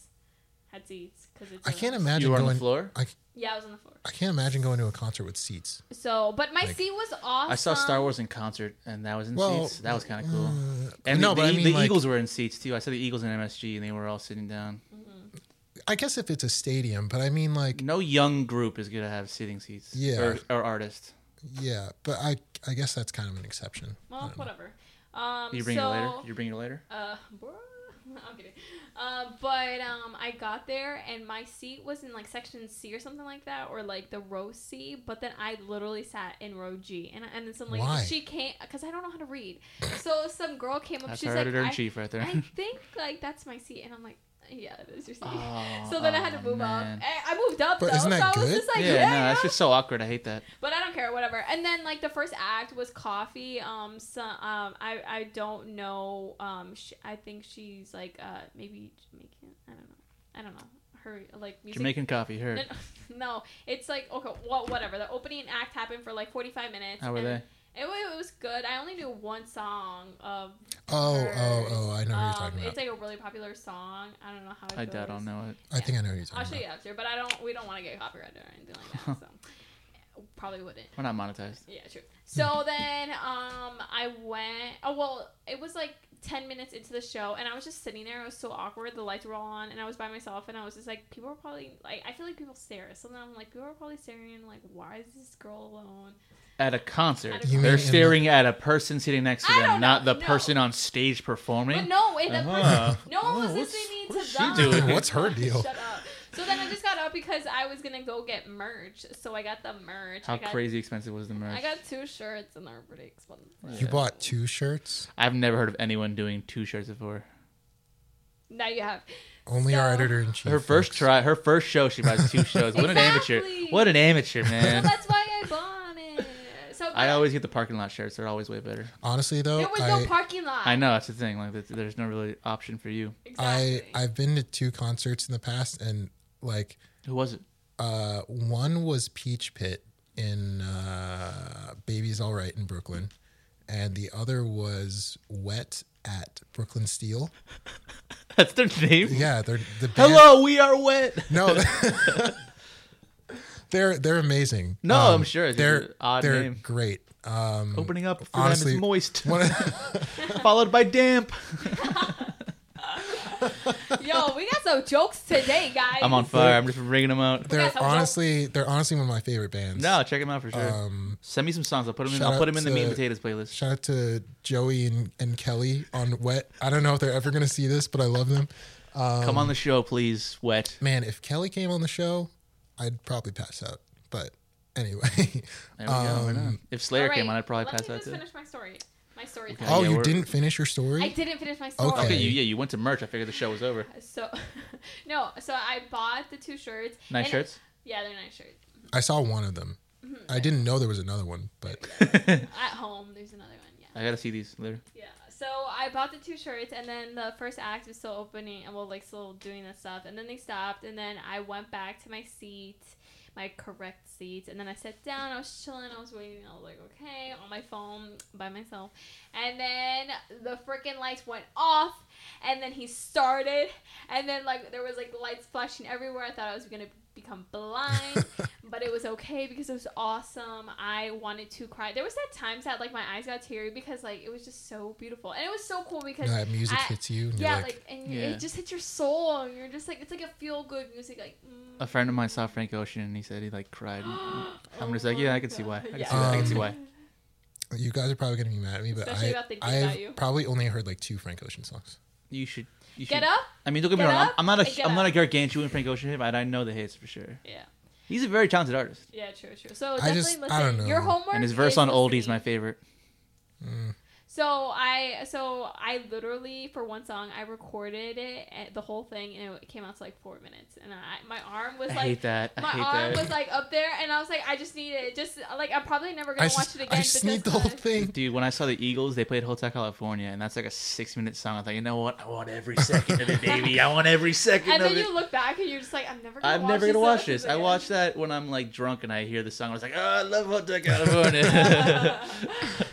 B: had seats because it's
C: I
B: a-
C: can't imagine
A: You were on
C: going.
A: the floor.
C: I,
B: Yeah, I was on the floor.
C: I can't imagine going to a concert with seats.
B: So, but my
C: Like-
B: seat was awesome.
A: I saw Star Wars in concert, and that was in
C: Well,
A: seats. That was kind of cool.
C: uh,
A: and
C: no,
A: the, the,
C: but I mean,
A: the
C: like,
A: Eagles were in seats too. I saw the Eagles in MSG, and they were all sitting down.
C: I guess if it's a stadium, but I mean, like,
A: No young group is gonna have sitting seats.
C: Yeah.
A: Or, or artist.
C: yeah. But I, I guess that's kind of an exception. I
B: Well,
C: don't know.
B: whatever. Um,
A: Did you bring
B: so,
A: it later? Did you bring it later?
B: Uh, [LAUGHS] bruh. I'm kidding. Uh, but um, I got there and my seat was in like section C or something like that, or like the row C. But then I literally sat in row G, and and then some lady
C: Why?
B: she came because I don't know how to read. So some girl came up.
A: That's
B: she's
A: our
B: like,
A: editor in
B: I,
A: chief right there. [LAUGHS]
B: I think like that's my seat, and I'm like, yeah, that's your seat.
A: [LAUGHS] Oh,
B: so then I [LAUGHS] had
A: oh,
B: to move
A: man.
B: up. I, I moved up
C: But
B: though,
C: isn't that
B: so I was
C: good?
B: just like,
A: yeah,
B: yeah,
A: no,
B: yeah.
A: that's just so awkward. I hate that.
B: But I don't care, whatever. And then like the first act was coffee. Um, so, um, I I don't know. Um, sh- I think she's like uh maybe Jamaican. I don't know. I don't know her like music.
A: Jamaican coffee. Her.
B: [LAUGHS] No, no, it's like okay, well, whatever. The opening act happened for like forty five minutes.
A: How were
B: and
A: they?
B: It, wa- it was good. I only knew one song of.
C: Oh, oh,
B: hers.
C: oh! I know what you're
B: Um,
C: talking about.
B: It's like a really popular song. I don't know how. It
A: I
B: goes.
A: doubt I'll know it.
C: I think I know what you're
B: I'll
C: talking
B: show you
C: about.
B: after, but I don't. We don't want to get copyrighted or anything
A: [LAUGHS]
B: like that. So probably wouldn't.
A: We're not monetized.
B: Yeah, true. So then um I went oh well it was like ten minutes into the show and I was just sitting there, it was so awkward, the lights were all on and I was by myself and I was just like people are probably like I feel like people stare. So then I'm like, people are probably staring and like, why is this girl alone?
A: At a concert,
B: At a
C: You
A: they're
C: mean in
A: staring at a person sitting next to
B: I
A: them,
B: don't know,
A: not the
B: no.
A: person on stage performing.
B: But no, wait, that
A: Uh-huh.
B: person, no one was
A: Oh, what's-
B: listening
A: what's she
B: to them.
A: doing?
B: [LAUGHS]
C: [LAUGHS] What's her deal?
B: Shut up. So then I just got up because I was gonna go get merch. So I got the merch.
A: How
B: I got,
A: crazy expensive was the merch?
B: I got two shirts and they're pretty expensive.
C: You bought two shirts.
A: I've never heard of anyone doing two shirts before.
B: Now you have
C: Only our
B: So-
C: editor in chief.
A: Her first
C: folks.
A: try, her first show, she buys
C: [LAUGHS]
A: two shows. What an amateur!
B: Exactly.
A: What an amateur,
B: So
A: man!
B: that's why I bought it. So
A: I always get the parking lot shirts. They're always way better.
C: Honestly, though,
B: there was
C: I,
B: no parking lot.
A: I know that's the thing. Like, there's- there's no really option for you.
C: I
B: Exactly.
C: I've been to two concerts in the past, and like
A: Who was it? [LAUGHS]
C: uh, one was Peach Pit in uh, Baby's All Right in Brooklyn, and the other was Wet at
A: [LAUGHS]
C: Brooklyn Steel.
A: That's their name.
C: Yeah, they're the band,
A: Hello, we are wet.
C: No,
A: [LAUGHS]
C: [LAUGHS] they're they're amazing. Um,
A: No, I'm sure it's
C: they're
A: an odd Oh,
C: they're
A: name.
C: great. Um,
A: Opening up for
C: honestly,
A: them is
C: [LAUGHS]
A: moist,
C: one of-
A: [LAUGHS] followed by damp.
B: Yo, we got some jokes today, guys.
A: I'm on fire. I'm just bringing them out.
C: they're
B: got some
C: honestly they're honestly one of my favorite bands.
A: No, check them out for sure.
C: Um,
A: Send me some songs. I'll put them in.
C: shout
A: I'll put them
C: out
A: in the meat and
C: to-
A: potatoes playlist.
C: Shout out to Joey and, and Kelly on Wet. I don't know if they're ever going to see this, but I love them.
A: Come on the show, please. Wet.
C: Man, if Kelly came on the show, I'd probably pass out. But anyway. [LAUGHS]
A: There we go. Why not?
C: um,
A: If Slayer
B: Alright,
A: came on, I'd probably
B: let
A: pass
B: me
A: out
B: just
A: too.
B: finish my story. My story.
A: Okay.
B: time.
C: oh,
A: yeah,
C: you
A: we're-
C: didn't finish your story?
B: I didn't finish my story.
A: Okay,
C: Okay.
A: you, yeah, you went to merch. I figured the show was over.
B: So, [LAUGHS] no. So I bought the two shirts.
A: Nice
B: and-
A: shirts.
B: Yeah, they're nice shirts.
C: I saw one of them.
B: Mm-hmm.
C: I didn't know there was another one,
B: [LAUGHS]
C: but
B: At home, there's another one. Yeah.
A: I gotta see these later.
B: Yeah. So I bought the two shirts, and then the first act was still opening, and well, like still doing that stuff, and then they stopped, and then I went back to my seat, my correct seat, and then I sat down. I was chilling. I was waiting. I was like, okay, on my phone by myself, and then the freaking lights went off. And then he started, and then like there was like lights flashing everywhere. I thought I was gonna become
C: [LAUGHS]
B: blind, but it was okay because it was awesome. I wanted to cry. There was that times that like my eyes got teary because like it was just so beautiful, and it was so cool because
C: that music
B: I-
C: hits you. And
B: yeah,
C: you're
B: like,
C: like,
B: and
A: Yeah.
B: it just hits your soul, and you're just like it's like a feel good music, like. Mm.
A: A friend of mine saw Frank Ocean and he said he like cried. I'm
B: [GASPS] Oh
A: just like, yeah,
B: my
A: I can see why. I
B: God.
A: can
B: Yeah.
A: see why. I can see
C: Um,
A: why.
C: you guys are probably going to be mad at me, but
B: Especially
C: I,
B: about thinking about you.
C: I've probably only heard like two Frank Ocean songs.
A: You should. You should.
B: Get up.
A: I mean, don't get me
B: Get
A: wrong. I'm,
B: up
A: I'm not
B: and
A: a.
B: get
A: I'm not a
B: up.
A: gargantuan Frank Ocean hit, but I know the hits for sure.
B: Yeah.
A: He's a very talented artist,
B: Yeah, true, true. So
C: I
B: definitely
C: just-
B: listen.
C: I don't know.
B: Your homework
A: and his verse
B: is
A: on
B: listening.
A: "Oldies" my favorite.
B: So I so I literally for one song I recorded it and the whole thing and it came out to like four minutes and I my arm was
A: I
B: like
A: hate that. I
B: my
A: hate
B: arm
A: that.
B: was like up there and I was like I just need it just like I'm probably never
C: I,
B: gonna watch
C: s-
B: it again.
C: I
B: but
C: sneaked the
B: that's
C: whole
B: fine.
C: thing.
A: Dude, when I saw the Eagles, they played Hotel California, and that's like a six-minute song. I thought, you know what? I want every second of it, baby. I want every second
B: [LAUGHS] And
A: of
B: then
A: it.
B: you look back and you're just like I'm never gonna
A: I'm
B: watch
A: never
B: this
A: gonna watch this. I
B: again.
A: watch that when I'm like drunk and I hear the song. I was like, oh, I love Hotel [LAUGHS]
B: [LAUGHS]
A: California.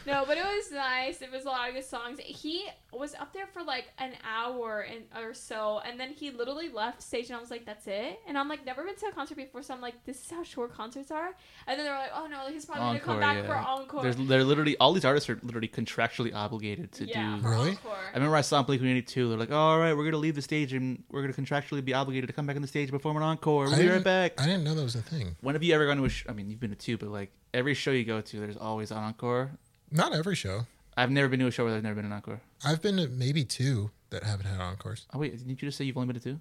B: No, but it was nice. It was a lot of good songs. He was up there for like an hour and or so, and then he literally left stage, and I was like, "That's it." And I'm like, never been to a concert before, so I'm like, "This is how short concerts are." And then they were like, "Oh no, he's probably
A: encore,
B: gonna come back
A: yeah.
B: for encore."
A: There's, they're literally all these artists are literally contractually obligated to
B: yeah,
A: do.
B: for
C: Really?
B: encore.
A: I remember I saw in Blink 182. They're like, all right, we're gonna leave the stage and we're gonna contractually be obligated to come back on the stage and perform an encore. We'll
C: I
A: be right
C: didn't,
A: back.
C: I didn't know that was a thing.
A: When have you ever gone to a? Sh- I mean, you've been to two, but like every show you go to, there's always an encore.
C: Not every show.
A: I've never been to a show where there's never been an encore.
C: I've been to maybe two that haven't had encores.
A: Oh wait, didn't you just say you've only been to two?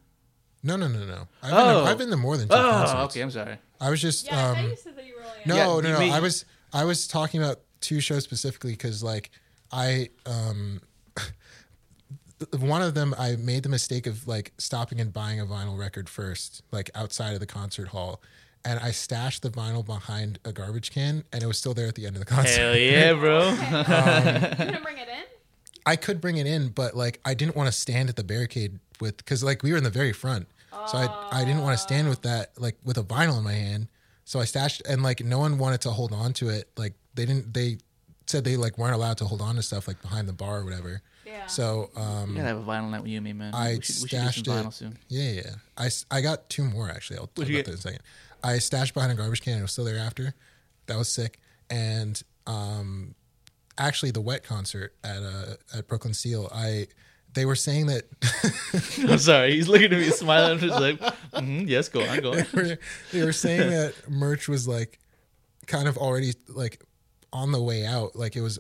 C: No, no, no, no. I've, been,
A: Oh.
C: to, I've been to more than two
A: Oh,
C: concerts.
A: okay. I'm sorry.
C: I was just
B: Yeah, I thought
C: um,
B: you said that you were only.
C: no,
A: Yeah,
C: no,
A: you
C: no.
A: mean-
C: I was I was talking about two shows specifically because like I um, [LAUGHS] one of them I made the mistake of like stopping and buying a vinyl record first, like outside of the concert hall. And I stashed the vinyl behind a garbage can, and it was still there at the end of the concert.
A: Hell [LAUGHS] yeah, bro.
B: [LAUGHS] Okay.
A: [LAUGHS]
B: you gonna bring it in?
C: I could bring it in, but like I didn't want to stand at the barricade with because like we were in the very front, so I I didn't want to stand with that like with a vinyl in my hand. So I stashed and like no one wanted to hold on to it. Like they didn't. They said they like weren't allowed to hold on to stuff like behind the bar or whatever.
B: Yeah.
C: So um
A: You gotta have a vinyl night with you, and me, man.
C: I
A: we should, we should do some
C: stashed it.
A: vinyl soon. [LAUGHS]
C: Yeah, yeah. I, s- I got two more actually. I'll talk
A: you get?
C: about that in a second. I stashed behind a garbage can. It was still there after. That was sick. And um, actually, the wet concert at uh, at Brooklyn Steel, I they were saying that [LAUGHS]
A: I'm sorry. He's looking at me, smiling. I'm just like, mhm, yes, go on, go on.
C: [LAUGHS] they were saying that merch was like kind of already like on the way out. Like it was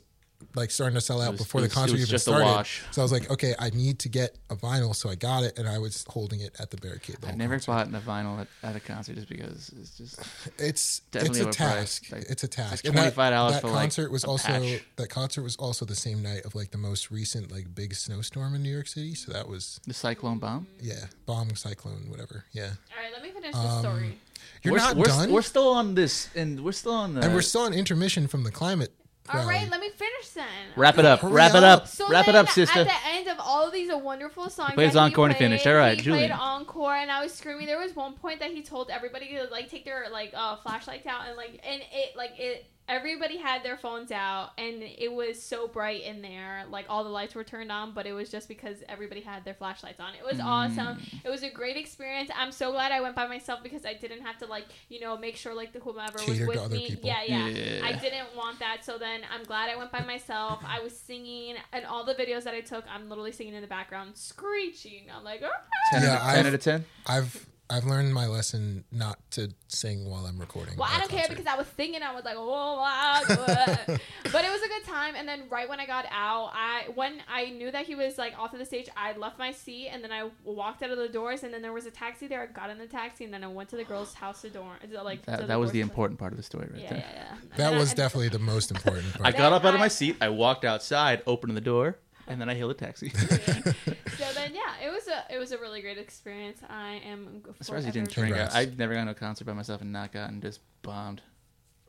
C: like starting to sell out
A: was-
C: before
A: it
C: the
A: was- it
C: concert
A: was
C: even
A: just a
C: started.
A: wash.
C: So I was like, okay, I need to get a vinyl, so I got it, and I was holding it at the barricade. The
A: [LAUGHS] I've
C: whole
A: never
C: concert.
A: bought a vinyl at, at a concert just because it's just
C: It's
A: Definitely
C: it's a
A: overpriced.
C: task.
A: Like,
C: it's a task.
A: like
C: And that-
A: $25
C: That
A: for, like,
C: concert was
A: a
C: also
A: patch.
C: that concert was also the same night of like the most recent like big snowstorm in New York City. So that was
A: the cyclone bomb.
C: yeah, bomb, cyclone, whatever. Yeah,
B: All right, let me finish
C: um,
B: the story.
C: you're
A: we're,
C: not
A: we're,
C: done,
A: We're still on this, and we're still on the.
C: and we're still on intermission from the climate.
B: All
C: rally.
B: right, let me finish then.
A: wrap it up.
C: Hurry
A: Wrap it
C: up.
A: up.
B: So
A: wrap it
B: then
A: up, sister.
B: At the end of all of these wonderful songs,
A: plays
B: that he
A: encore to finish.
B: played,
A: All right,
B: he
A: Julian.
B: played encore, and I was screaming. There was one point that he told everybody to like take their like uh, flashlights out, and like and it like it. Everybody had their phones out, and it was so bright in there. Like all the lights were turned on, but it was just because everybody had their flashlights on. It was
A: Mm.
B: awesome. It was a great experience. I'm so glad I went by myself because I didn't have to like you know make sure like the whomever
C: Cater to
B: was with
C: other
B: me.
C: people.
B: Yeah, yeah,
A: Yeah.
B: I didn't want that. So then I'm glad I went by myself. I was singing, and all the videos that I took, I'm literally singing in the background, screeching. I'm like, "Ah."
A: ten,
C: Yeah,
A: out of, ten
C: I've-
A: out of ten.
C: I've I've learned my lesson not to sing while I'm recording.
B: well, I
C: a
B: don't care
C: concert.
B: because I was singing. I was like, oh, wow.
A: [LAUGHS]
B: good." but it was a good time. And then right when I got out, I when I knew that he was like off of the stage, I left my seat and then I walked out of the doors. And then there was a taxi there. I got in the taxi and then I went to the girl's house to dorm. to, Like to
A: That, that was the
B: doorstep.
A: important part of the story right
B: Yeah,
A: there.
B: yeah, yeah. And
C: that
B: then
C: was
B: I-
C: definitely the
B: [LAUGHS]
C: most important
A: I
C: part.
A: got up out of
B: I-
A: my seat. I walked outside, opened the door, and then I hailed a
C: [LAUGHS]
A: taxi. [LAUGHS]
B: So then, yeah, it was a it was a really great experience. I am.
A: I'm surprised you
B: forever
A: didn't drink.
C: Congrats.
A: I, I've never gone to a concert by myself and not gotten just bombed.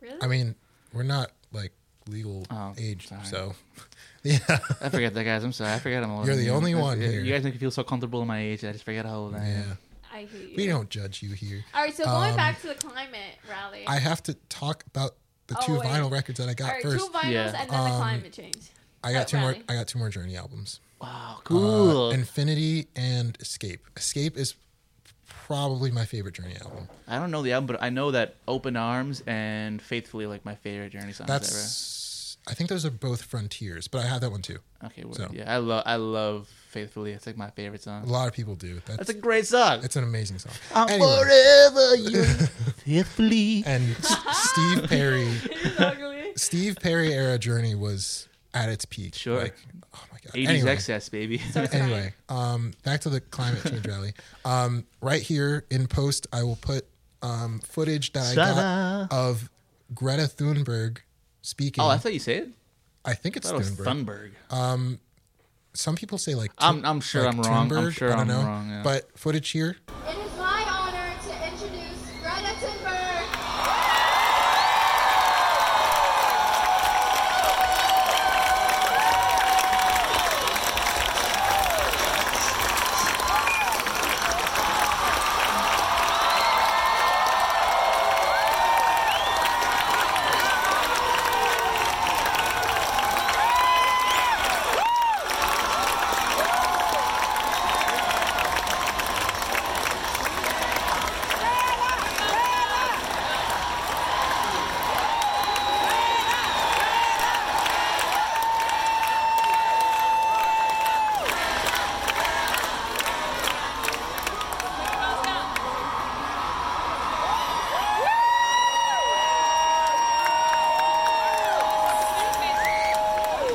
B: Really?
C: I mean, we're not like legal
A: Oh,
C: age,
A: sorry.
C: so [LAUGHS] yeah.
A: I forget that, guys. I'm sorry. I forget I'm old.
C: You're the only one
A: you,
C: here.
A: You guys make me feel so comfortable in my age. I just forget how old I am.
C: Yeah,
B: I hate you.
C: we don't judge you here.
B: All right, so going
C: Um,
B: back to the climate rally.
C: I have to talk about the
B: Oh,
C: two
B: wait.
C: vinyl records that I
B: All
C: got
B: right,
C: first.
B: two vinyls
A: Yeah.
B: and then the
C: Um,
B: climate
C: [LAUGHS]
B: change.
C: I got
B: Oh,
C: two more.
B: Riley.
C: I got two more Journey albums.
A: Wow,
C: Uh,
A: cool.
C: Infinity and Escape. Escape is probably my favorite Journey album.
A: I don't know the album, but I know that "Open Arms" and "Faithfully" are, like my favorite Journey songs
C: That's. I think those are both Frontiers, but I have that one too.
A: ever. Okay, word.
C: so.
A: yeah, I love I love "Faithfully." It's like my favorite
C: A
A: song.
C: lot of people do. That's,
A: That's a great song.
C: it's an amazing song.
A: I'm
C: Anyway,
A: forever you
C: [LAUGHS]
A: faithfully.
C: and S- Steve Perry,
B: It's ugly.
C: Steve Perry era Journey was at its peak.
A: Sure.
C: Like, oh my god.
A: 80s
C: Anyway.
A: excess, baby.
B: Starts crying.
C: anyway, um, back to the climate change rally. Um, right here in post, I will put um, footage that I
A: Ta-da.
C: got of Greta Thunberg speaking.
A: [LAUGHS] oh, that's how you say it.
C: I think
A: I
C: it's
A: thought it was Thunberg.
C: Thunberg. Uh-huh. Some people say like.
A: I'm- I'm sure I'm wrong. I'm sure
C: I
A: I'm
C: don't know.
A: wrong, yeah.
C: But footage here.
D: It is my honor to introduce Greta Thunberg.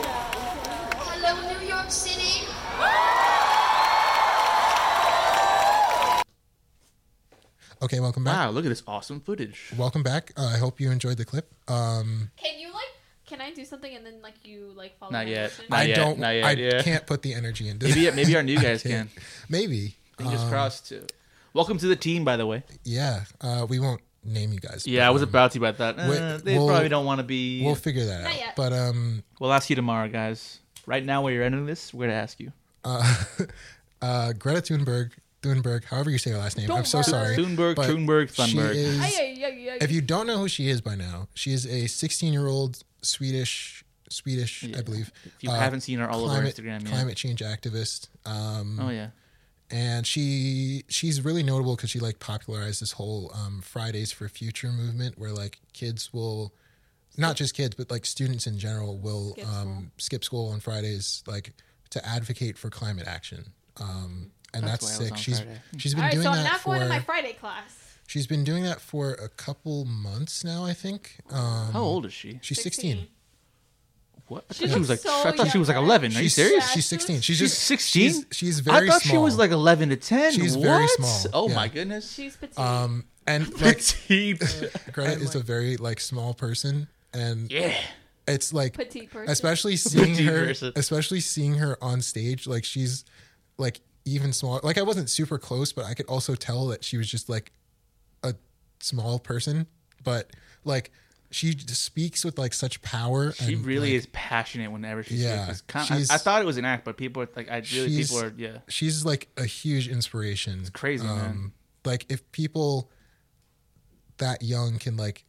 D: Hello, New York City.
C: Okay, welcome back.
A: Wow, look at this awesome footage.
C: Welcome back. Uh, I hope you enjoyed the clip. Um,
B: Can you like? Can I do something and then like you like follow?
A: Not
B: my
A: yet.
B: direction?
A: Not
C: I
A: yet,
C: don't.
A: not yet,
C: I
A: yeah.
C: can't put the energy into.
A: Maybe
C: that.
A: maybe our new
C: [LAUGHS] I
A: guys
C: can't.
A: can.
C: Maybe.
A: Fingers
C: Um,
A: crossed too. Welcome to the team, by the way.
C: yeah. Uh, we won't name you guys.
A: Yeah,
C: but,
A: I was
C: um,
A: about to about that.
C: we-
A: Uh, they
C: we'll-
A: probably don't want to be.
C: We'll figure that
B: Not
C: out.
B: yet.
C: But um,
A: We'll ask you tomorrow, guys. Right now, while you're ending this, we're gonna ask you.
C: uh, [LAUGHS] uh, Greta Thunberg, Thunberg, however you say her last name. I'm so
B: Thunberg.
C: sorry.
A: Thunberg,
C: but
A: Thunberg,
C: she
A: Thunberg.
C: is-
B: Ay, ay, ay, ay, ay.
C: if you don't know who she is by now, she is a 16 year old Swedish, Swedish, I
A: Yeah.
C: believe.
A: If you
C: uh,
A: haven't seen her all over
C: climate,
A: Instagram yet,
C: climate change activist. Um,
A: oh yeah,
C: and she she's really notable because she like popularized this whole um, Fridays for Future movement, where like kids will, not just kids, but like students in general will
B: Skip
C: um, skip school on Fridays, like to advocate for climate action. Um, and
A: That's why
C: that's,
A: I was
C: sick.
A: on
C: She's
A: Friday.
C: she's
B: all
C: been
B: right,
C: doing
B: so I'm
C: that
B: not
C: for
B: going to my Friday class.
C: she's been doing that for a couple months now, I think. Um,
A: how old is she?
C: she's 16.
A: What? I
B: She
A: thought she was like
B: looks so
A: I thought she was like
B: young.
A: 11. Are you serious?
B: Yeah,
C: She's
B: she was-
C: 16. She's,
A: She's
C: just
A: 16?
C: She's, she's very
A: I thought
C: small.
A: she was like 11 to 10.
C: She's
A: what?
C: very small,
A: Oh
C: yeah.
A: my goodness.
B: She's petite.
C: um and [LAUGHS]
A: [LAUGHS]
C: like
A: Petite.
C: Greta is a very like small person and
A: yeah.
C: it's like
B: petite person.
C: especially seeing
A: Petite
C: her
A: person.
C: especially seeing her on stage like she's like even smaller like i wasn't super close but i could also tell that she was just like a small person but like she just speaks with like such power
A: She
C: and,
A: really
C: like,
A: is passionate whenever she's
C: Yeah,
A: it's kind of,
C: she's-
A: I, I thought it was an act, but people are like, I really,
C: She's-
A: people are, yeah.
C: she's like a huge inspiration it's
A: crazy, man.
C: like if people that young can like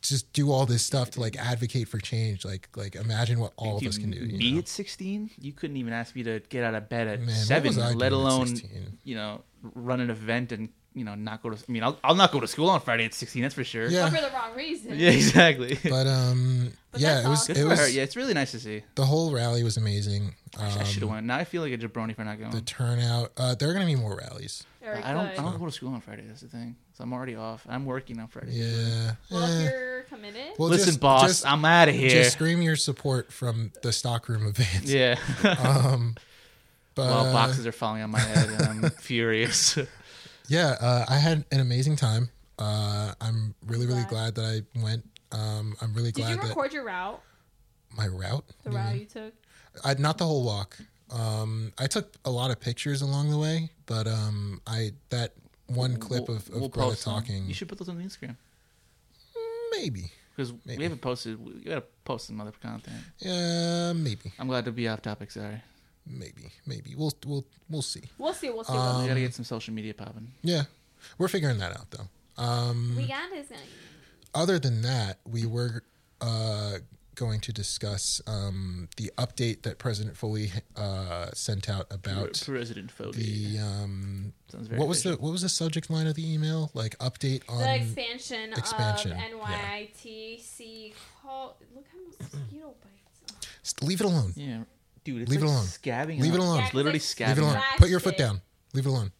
C: just do all this stuff to like advocate for change like like imagine what all of
A: You
C: us can do you
A: me
C: know?
A: at 16, you couldn't even ask me to get out of bed at
C: Man, what
A: seven,
C: was I
A: let
C: doing at
A: alone
C: 16?
A: you know run an event and you know not go to. I mean, I'll, I'll not go to school on Friday at 16. That's for sure.
C: Yeah.
B: But Oh, for the wrong reason.
A: [LAUGHS] Yeah, exactly.
C: but um
B: But
C: yeah
B: that's
C: it was
B: awesome.
A: Good
C: it
A: for
C: was
A: her. Yeah, it's really nice to see.
C: the whole rally was amazing
A: I
C: um,
A: should have went. Now I feel like a jabroni for not going.
C: the turnout uh there are gonna be more rallies
B: Very
A: I don't. I
B: good.
A: don't go to school on Friday. That's the thing. So I'm already off. I'm working on Friday.
C: yeah
B: Well,
C: Eh.
B: if you're committed,
C: Well,
A: Listen,
C: just-
A: boss,
C: just,
A: I'm out of here.
C: just scream your support from the stockroom
A: [LAUGHS]
C: event
A: yeah.
C: [LAUGHS] um but
A: Well,
C: uh,
A: boxes are falling on my head, and I'm [LAUGHS] furious.
C: yeah uh, i had an amazing time uh i'm really really glad that i went um i'm really
B: did you
C: glad that
B: record your route?
C: my route
B: The route you took?
C: I, not the whole walk um i took a lot of pictures along the way but um i that one clip
A: We'll-
C: of, of
A: we'll
C: Greta
A: post them.
C: talking
A: You should put those on the Instagram
C: maybe
A: because
C: Maybe.
A: we haven't posted. We gotta post some other content.
C: yeah maybe
A: I'm glad to be off topic. Sorry.
C: maybe maybe we'll we'll we'll see
B: We'll see. We'll see.
A: we
C: Um,
B: we'll
A: gotta get some social media popping.
C: yeah we're figuring that out though um
B: see. We got this.
C: other than that we were uh going to discuss um the update that president foley uh sent out about
A: President Foley.
C: the um
A: Sounds very
C: what was the
A: official.
C: what was the subject line of the email like update on
B: The expansion,
C: expansion,
B: of
C: yeah.
B: NYITC. Call, look how much mosquito bites. Oh,
C: St- leave it alone
A: Yeah, dude. It's
C: Leave it
A: like
C: alone.
A: Scabbing.
C: Leave it
A: out.
C: alone.
A: It's literally
B: Yeah, it's like
A: scabbing.
C: leave it
A: out.
C: alone
B: Relax
C: put your foot
B: it.
C: down leave it alone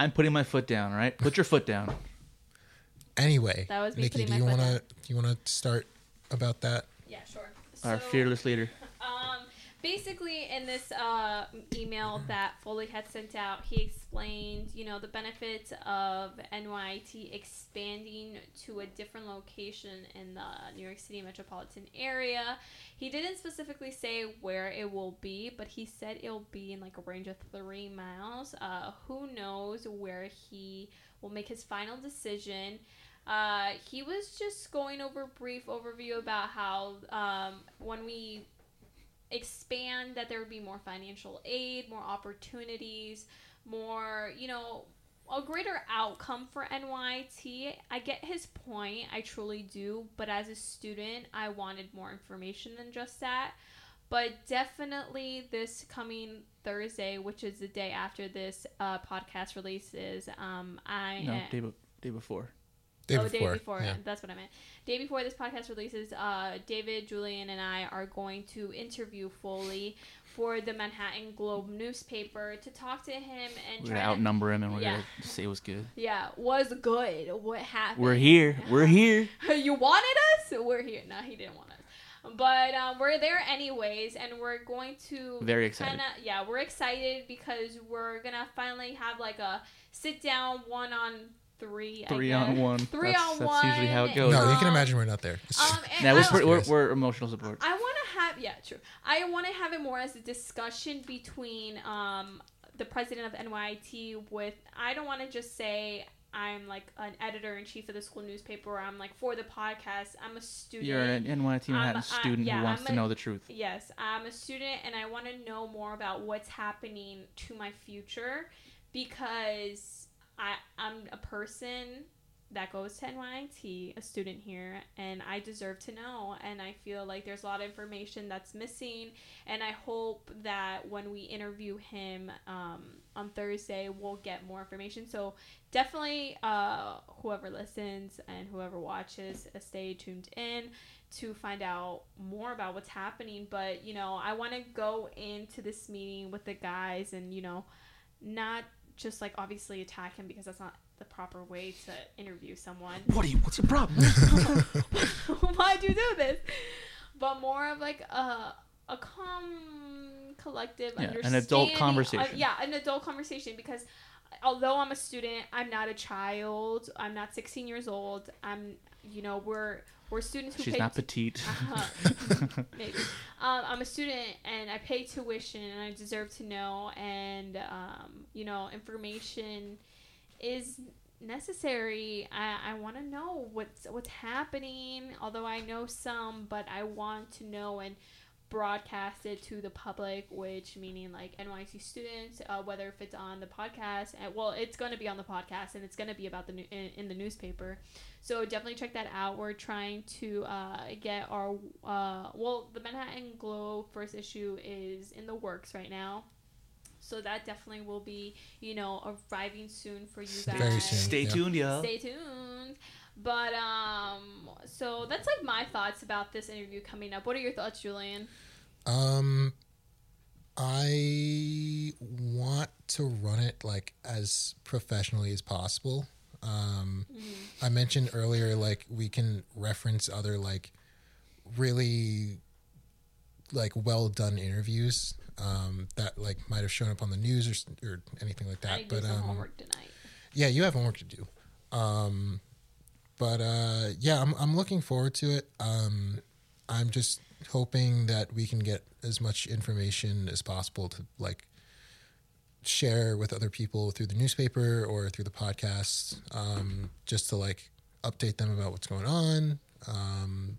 A: I'm putting my foot down. Right. Put your foot
B: [LAUGHS]
A: down.
C: anyway
B: That was me
C: nikki
B: putting
C: do
B: my
C: you
B: foot
C: want
B: down.
C: to you want to start about that
B: Yeah, sure.
A: Our
B: So-
A: fearless leader.
B: Um, basically, in this uh, email that Foley had sent out, he explained, you know, the benefits of NYIT expanding to a different location in the New York City metropolitan area. He didn't specifically say where it will be, but he said it'll be in like a range of three miles. Uh, who knows where he will make his final decision. Uh, he was just going over brief overview about how um, when we expand that there would be more financial aid, more opportunities, more, you know, a greater outcome for NYT. I get his point, I truly do, but as a student, I wanted more information than just that. But definitely this coming Thursday, which is the day after this uh, podcast releases, um, I
A: No, day, be- day before.
C: day
B: oh,
C: before,
B: day before.
C: Yeah.
B: That's what I meant. Day before this podcast releases, uh, David, Julian, and I are going to interview Foley for the Manhattan Globe newspaper to talk to him and
A: We're
B: try
A: gonna
B: to-
A: outnumber him, and we're
B: Yeah.
A: gonna say what's good.
B: yeah, was good. What happened?
A: We're here. We're here.
B: [LAUGHS] you wanted us? We're here. No, he didn't want us. But um, we're there anyways, and we're going to
A: Very excited.
B: Kinda, yeah, we're excited because we're gonna finally have like a sit down one on three. I
A: Three on
B: guess.
A: one.
B: Three
A: That's-
B: on
A: that's
B: one.
A: usually how it
B: Oh,
A: goes.
C: no you can
B: um,
C: imagine we're not there
B: Um, and
A: Now
B: I-
A: we're, pretty- we're,
C: Yes.
A: we're emotional support.
B: I want to have yeah, true. I want to have it more as a discussion between um the president of NYIT with I don't want to just say I'm like an editor in chief of the school newspaper or I'm like for the podcast. I'm a student.
A: You're an NYT Manhattan
B: I'm- I-
A: student
B: yeah,
A: who wants
B: I'm
A: to
B: a-
A: know the truth.
B: Yes, I'm a student and I want to know more about what's happening to my future because I, I'm a person that goes to NYIT, a student here, and I deserve to know. And I feel like there's a lot of information that's missing. And I hope that when we interview him um, on Thursday, we'll get more information. So definitely, uh, whoever listens and whoever watches, uh, stay tuned in to find out more about what's happening. But, you know, I want to go into this meeting with the guys and, you know, not just like obviously attack him because that's not the proper way to interview someone.
A: [LAUGHS]
B: [LAUGHS]
A: What are you? What's your problem?
B: Why do you do this? but more of like a a calm, collective,
A: Yeah, an adult
B: understanding of-
A: conversation.
B: yeah, an adult conversation because although I'm a student, I'm not a child. I'm not 16 years old. I'm you know we're we're students who
A: She's
B: pay
A: not
B: t-
A: petite.
B: [LAUGHS] Uh-huh. maybe. Um, I'm a student and I pay tuition and I deserve to know and um, you know information is necessary. I, I want to know what's what's happening. Although I know some, but I want to know and broadcast it to the public, which meaning like NYC students, uh, whether if it's on the podcast, and, well, it's going to be on the podcast and it's going to be about the new, in, in the newspaper. So definitely check that out. We're trying to uh, get our uh, well, the Manhattan Globe first issue is in the works right now. So that definitely will be, you know, arriving soon for you guys.
C: Very
A: [LAUGHS]
C: soon.
A: Stay
C: Yeah.
A: tuned, y'all.
B: Stay tuned. But um so that's like my thoughts about this interview coming up. What are your thoughts, Julian?
C: Um, I want to run it like as professionally as possible. Um,
B: Mm-hmm.
C: I mentioned earlier, like we can reference other like really like well done interviews um, that like might have shown up on the news or, s- or anything like
B: I
C: that.
B: need to do
C: but
B: some
C: um,
B: homework tonight.
C: yeah, you have homework to do. Um, but uh, yeah, I'm I'm looking forward to it. Um, I'm just hoping that we can get as much information as possible to like share with other people through the newspaper or through the podcast, um, just to like update them about what's going on, um,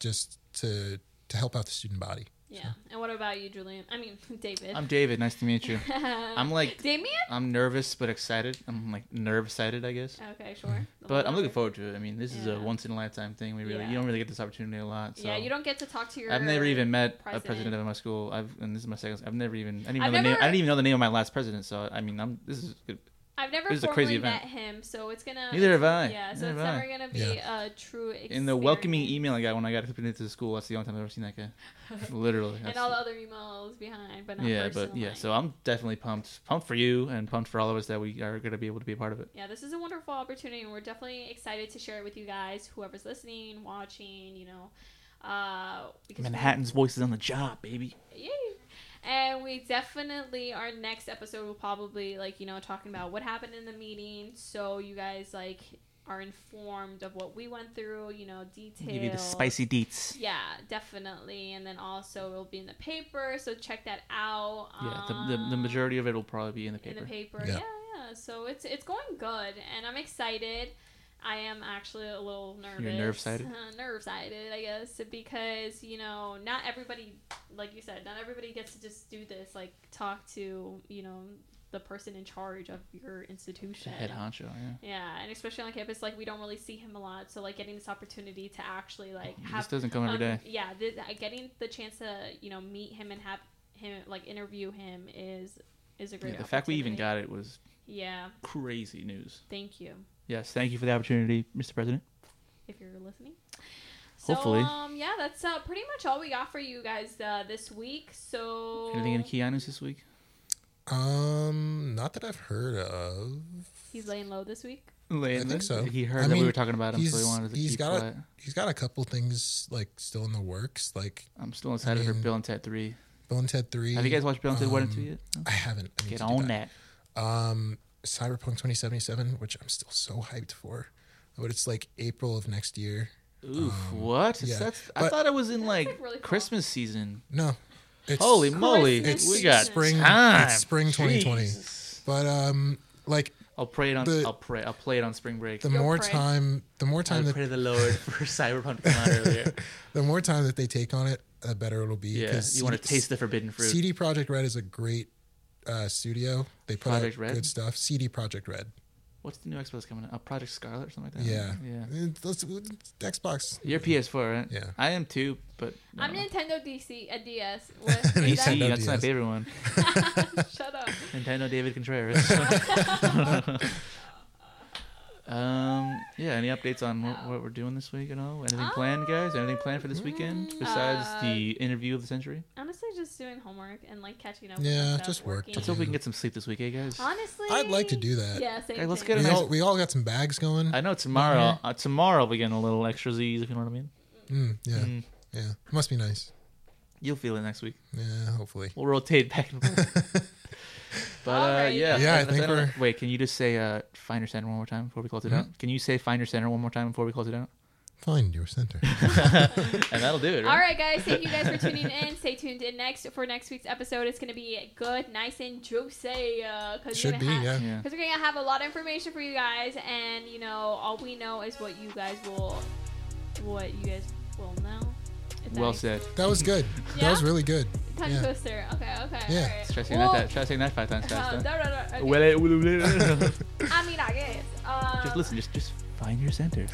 C: just to to help out the student body.
B: Yeah. And what about you, Julian? I mean, [LAUGHS] David.
A: I'm David. Nice to meet
B: [LAUGHS]
A: you. I'm like,
B: Damien?
A: I'm nervous but excited. I'm like nerve excited, I guess.
B: Okay, sure.
A: But I'm looking forward to it. I mean, this is
B: Yeah.
A: a once in a lifetime thing. We really,
B: Yeah.
A: you don't really get this opportunity a lot. So.
B: Yeah, you don't get to talk to your
A: I've never even met
B: president.
A: a president of my school. I've and this is my second. I've never even. I didn't even
B: I've
A: know the name.
B: never-
A: I didn't even know the name of my last president. So I mean, I'm. This is. Good.
B: I've never
A: This is a
B: formally
A: crazy
B: met
A: event.
B: him, so it's gonna
A: Neither have I.
B: Yeah, so
A: Neither
B: it's
A: have
B: never
A: I.
B: gonna be a true experience.
A: In the welcoming email I got when I got accepted into the school, that's the only time I've ever seen that
B: [LAUGHS]
A: guy. Literally.
B: and
A: that's-
B: all the other emails behind, but not
A: yeah,
B: personal,
A: but yeah.
B: like-
A: So I'm definitely pumped. Pumped for you and pumped for all of us that we are going to be able to be a part of it.
B: yeah, this is a wonderful opportunity, and we're definitely excited to share it with you guys, whoever's listening, watching, you know. Uh, because we-
A: Manhattan's voice is on the job, baby.
B: Yay. And we definitely our next episode will probably like you know talking about what happened in the meeting, so you guys like are informed of what we went through, you know, details.
A: Give you the spicy deets.
B: Yeah, definitely. And then also it'll be in the paper, so check that out.
A: Yeah, the, the, the
B: Um,
A: majority of it will probably be in the
B: in
A: paper.
B: the paper. Yeah.
C: Yeah.
B: yeah, So it's it's going good, and I'm excited. I am actually a little nervous.
A: nerve-sided?
B: Uh, nerve-sided, I guess, because you know, not everybody, like you said, not everybody gets to just do this. Like talk to you know the person in charge of your
A: The
B: institution.
A: head honcho, yeah.
B: Yeah, and especially on campus, like we don't really see him a lot. So like getting this opportunity to actually like
A: This
B: have
A: doesn't come every
B: um,
A: day.
B: Yeah, th- getting the chance to you know meet him and have him like interview him is is a great.
A: Yeah, the fact we even
B: opportunity.
A: got it was
B: Yeah,
A: crazy news.
B: thank you
A: Yes, thank you for the opportunity, Mr. President.
B: if you're listening. So,
A: Hopefully.
B: um, yeah, that's uh, pretty much all we got for you guys uh, this week. So
A: Anything in Keanu's this week?
C: Um, not that I've heard of.
B: he's laying low this week.
A: Landon?
C: think so.
A: He heard
C: I
A: that
C: mean,
A: we were talking about him, so he
C: he's-
A: wanted to
C: he's
A: keep
C: gotta-
A: quiet.
C: He's got a couple things like still in the works, like
A: I'm still excited for
C: mean,
A: Bill and Ted 3.
C: Bill and Ted Three.
A: Have you guys watched Bill and Ted 1 and
C: um,
A: 2 yet? No?
C: I haven't. I need
A: Get
C: to do
A: on that.
C: Um, Cyberpunk 2077, which I'm still so hyped for, but it's like April of next year.
A: Oof, what? Is
C: Um, yeah.
A: that- I
C: But-
A: thought it was in
B: That's,
A: like,
B: like, really fall.
A: Christmas season.
C: No, it's
A: Holy moly,
B: Christmas
A: we got
B: season.
C: Spring-
A: time.
C: it's spring 2020.
A: Jesus.
C: But um, like
A: I'll pray it on.
C: The-
A: I'll pray. I'll play it on spring break.
C: the
B: You'll
C: more
B: pray.
C: time, the more
A: I'll
C: time that
A: pray to the Lord [LAUGHS] for Cyberpunk to come out
C: [LAUGHS]
A: earlier.
C: the more time that they take on it, the better it'll be.
A: Yeah,
C: 'cause
A: you want to
C: CD
A: taste the forbidden fruit.
C: CD Project Red is a great uh, studio. They put
A: Project
C: out
A: Red?
C: good stuff. CD Project Red.
A: What's the new Xbox coming out? Uh, Project Scarlet or something like that.
C: Yeah.
A: yeah.
C: It's- it's- it's Xbox.
A: You're PS4, right?
C: Yeah.
A: I am too, but no.
B: I'm Nintendo DC uh,
A: [LAUGHS]
B: DS. What, is
A: PC.
B: that-
C: Nintendo
A: that's my
C: DS.
A: favorite one.
B: [LAUGHS]
A: [LAUGHS]
B: Shut up.
A: Nintendo David Contreras.
C: [LAUGHS]
A: [LAUGHS] um. Yeah. Any updates on what, what we're doing this week at all? Anything planned, guys? Anything planned for this weekend besides
B: Uh,
A: the interview of the century?
B: Honestly, just doing homework and like catching up.
C: Yeah,
B: with stuff,
C: just work.
A: Let's
B: Working.
A: hope we can get some sleep this week, eh, guys?
B: Honestly,
C: I'd like to do that.
B: Yeah, same.
A: Okay, let's
B: thing.
A: get
C: We
A: a nice-
C: all, we all got some bags going.
A: I know tomorrow. Uh, tomorrow we are getting a little extra Z's, if you know what I mean.
C: Mm, yeah.
A: Mm.
C: Yeah, it must be nice.
A: You'll feel it next week.
C: Yeah,
A: [LAUGHS]
C: hopefully. [LAUGHS]
A: We'll rotate back and
B: [LAUGHS]
A: forth. but uh,
B: Alright.
A: yeah,
C: Yeah, I
A: that's-
C: think
A: don't know.
C: we're- Mm-hmm.
A: Wait, can you just say uh, find your center one more time before we close it out? Can you say find your center one more time before we close it
B: [LAUGHS]
A: out? [LAUGHS]
C: Find your center.
A: And that'll do it.
B: All right, guys. Thank you guys for tuning in. Stay tuned in next for next week's episode. It's going to be good, nice, and juicy. Uh, cause
C: Should
B: we're
C: be.
B: gonna have,
C: Yeah.
A: Yeah.
B: Because we're going to have a lot of information for you guys, and you know, all we know is what you guys will, what you guys will know. Is that
A: Well
B: it?
A: said.
C: That was good. That
B: Yeah?
C: was
A: [LAUGHS]
C: really good. [LAUGHS]
B: Tongue
C: Yeah.
B: twister. Okay, okay.
C: Yeah.
B: all right.
A: Try saying,
B: Well,
A: that, that, try saying that five times
B: uh,
A: fast.
B: da-
A: huh?
B: da- da- okay.
A: Well, eh, well, well,
C: [LAUGHS]
A: [LAUGHS] eh.
B: I mean, I guess. Um,
A: just listen. Just just find your center.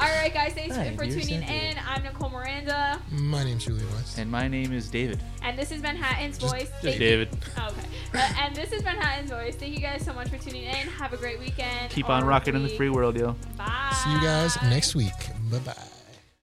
B: All right, guys. Thanks
A: Hi,
B: for
A: you're
B: tuning
A: Cynthia.
B: in. I'm Nicole Miranda,
C: My name's Julie West.
A: and my name is David.
B: and this is Manhattan's voice.
A: Just
B: Thank you.
A: David.
B: Oh, okay. Uh, and this is Manhattan's voice. Thank you guys so much for tuning in. Have a great weekend.
A: Keep on
B: or
A: rocking in the
B: week.
A: free world, yo.
B: Bye.
C: See you guys next week. Bye bye.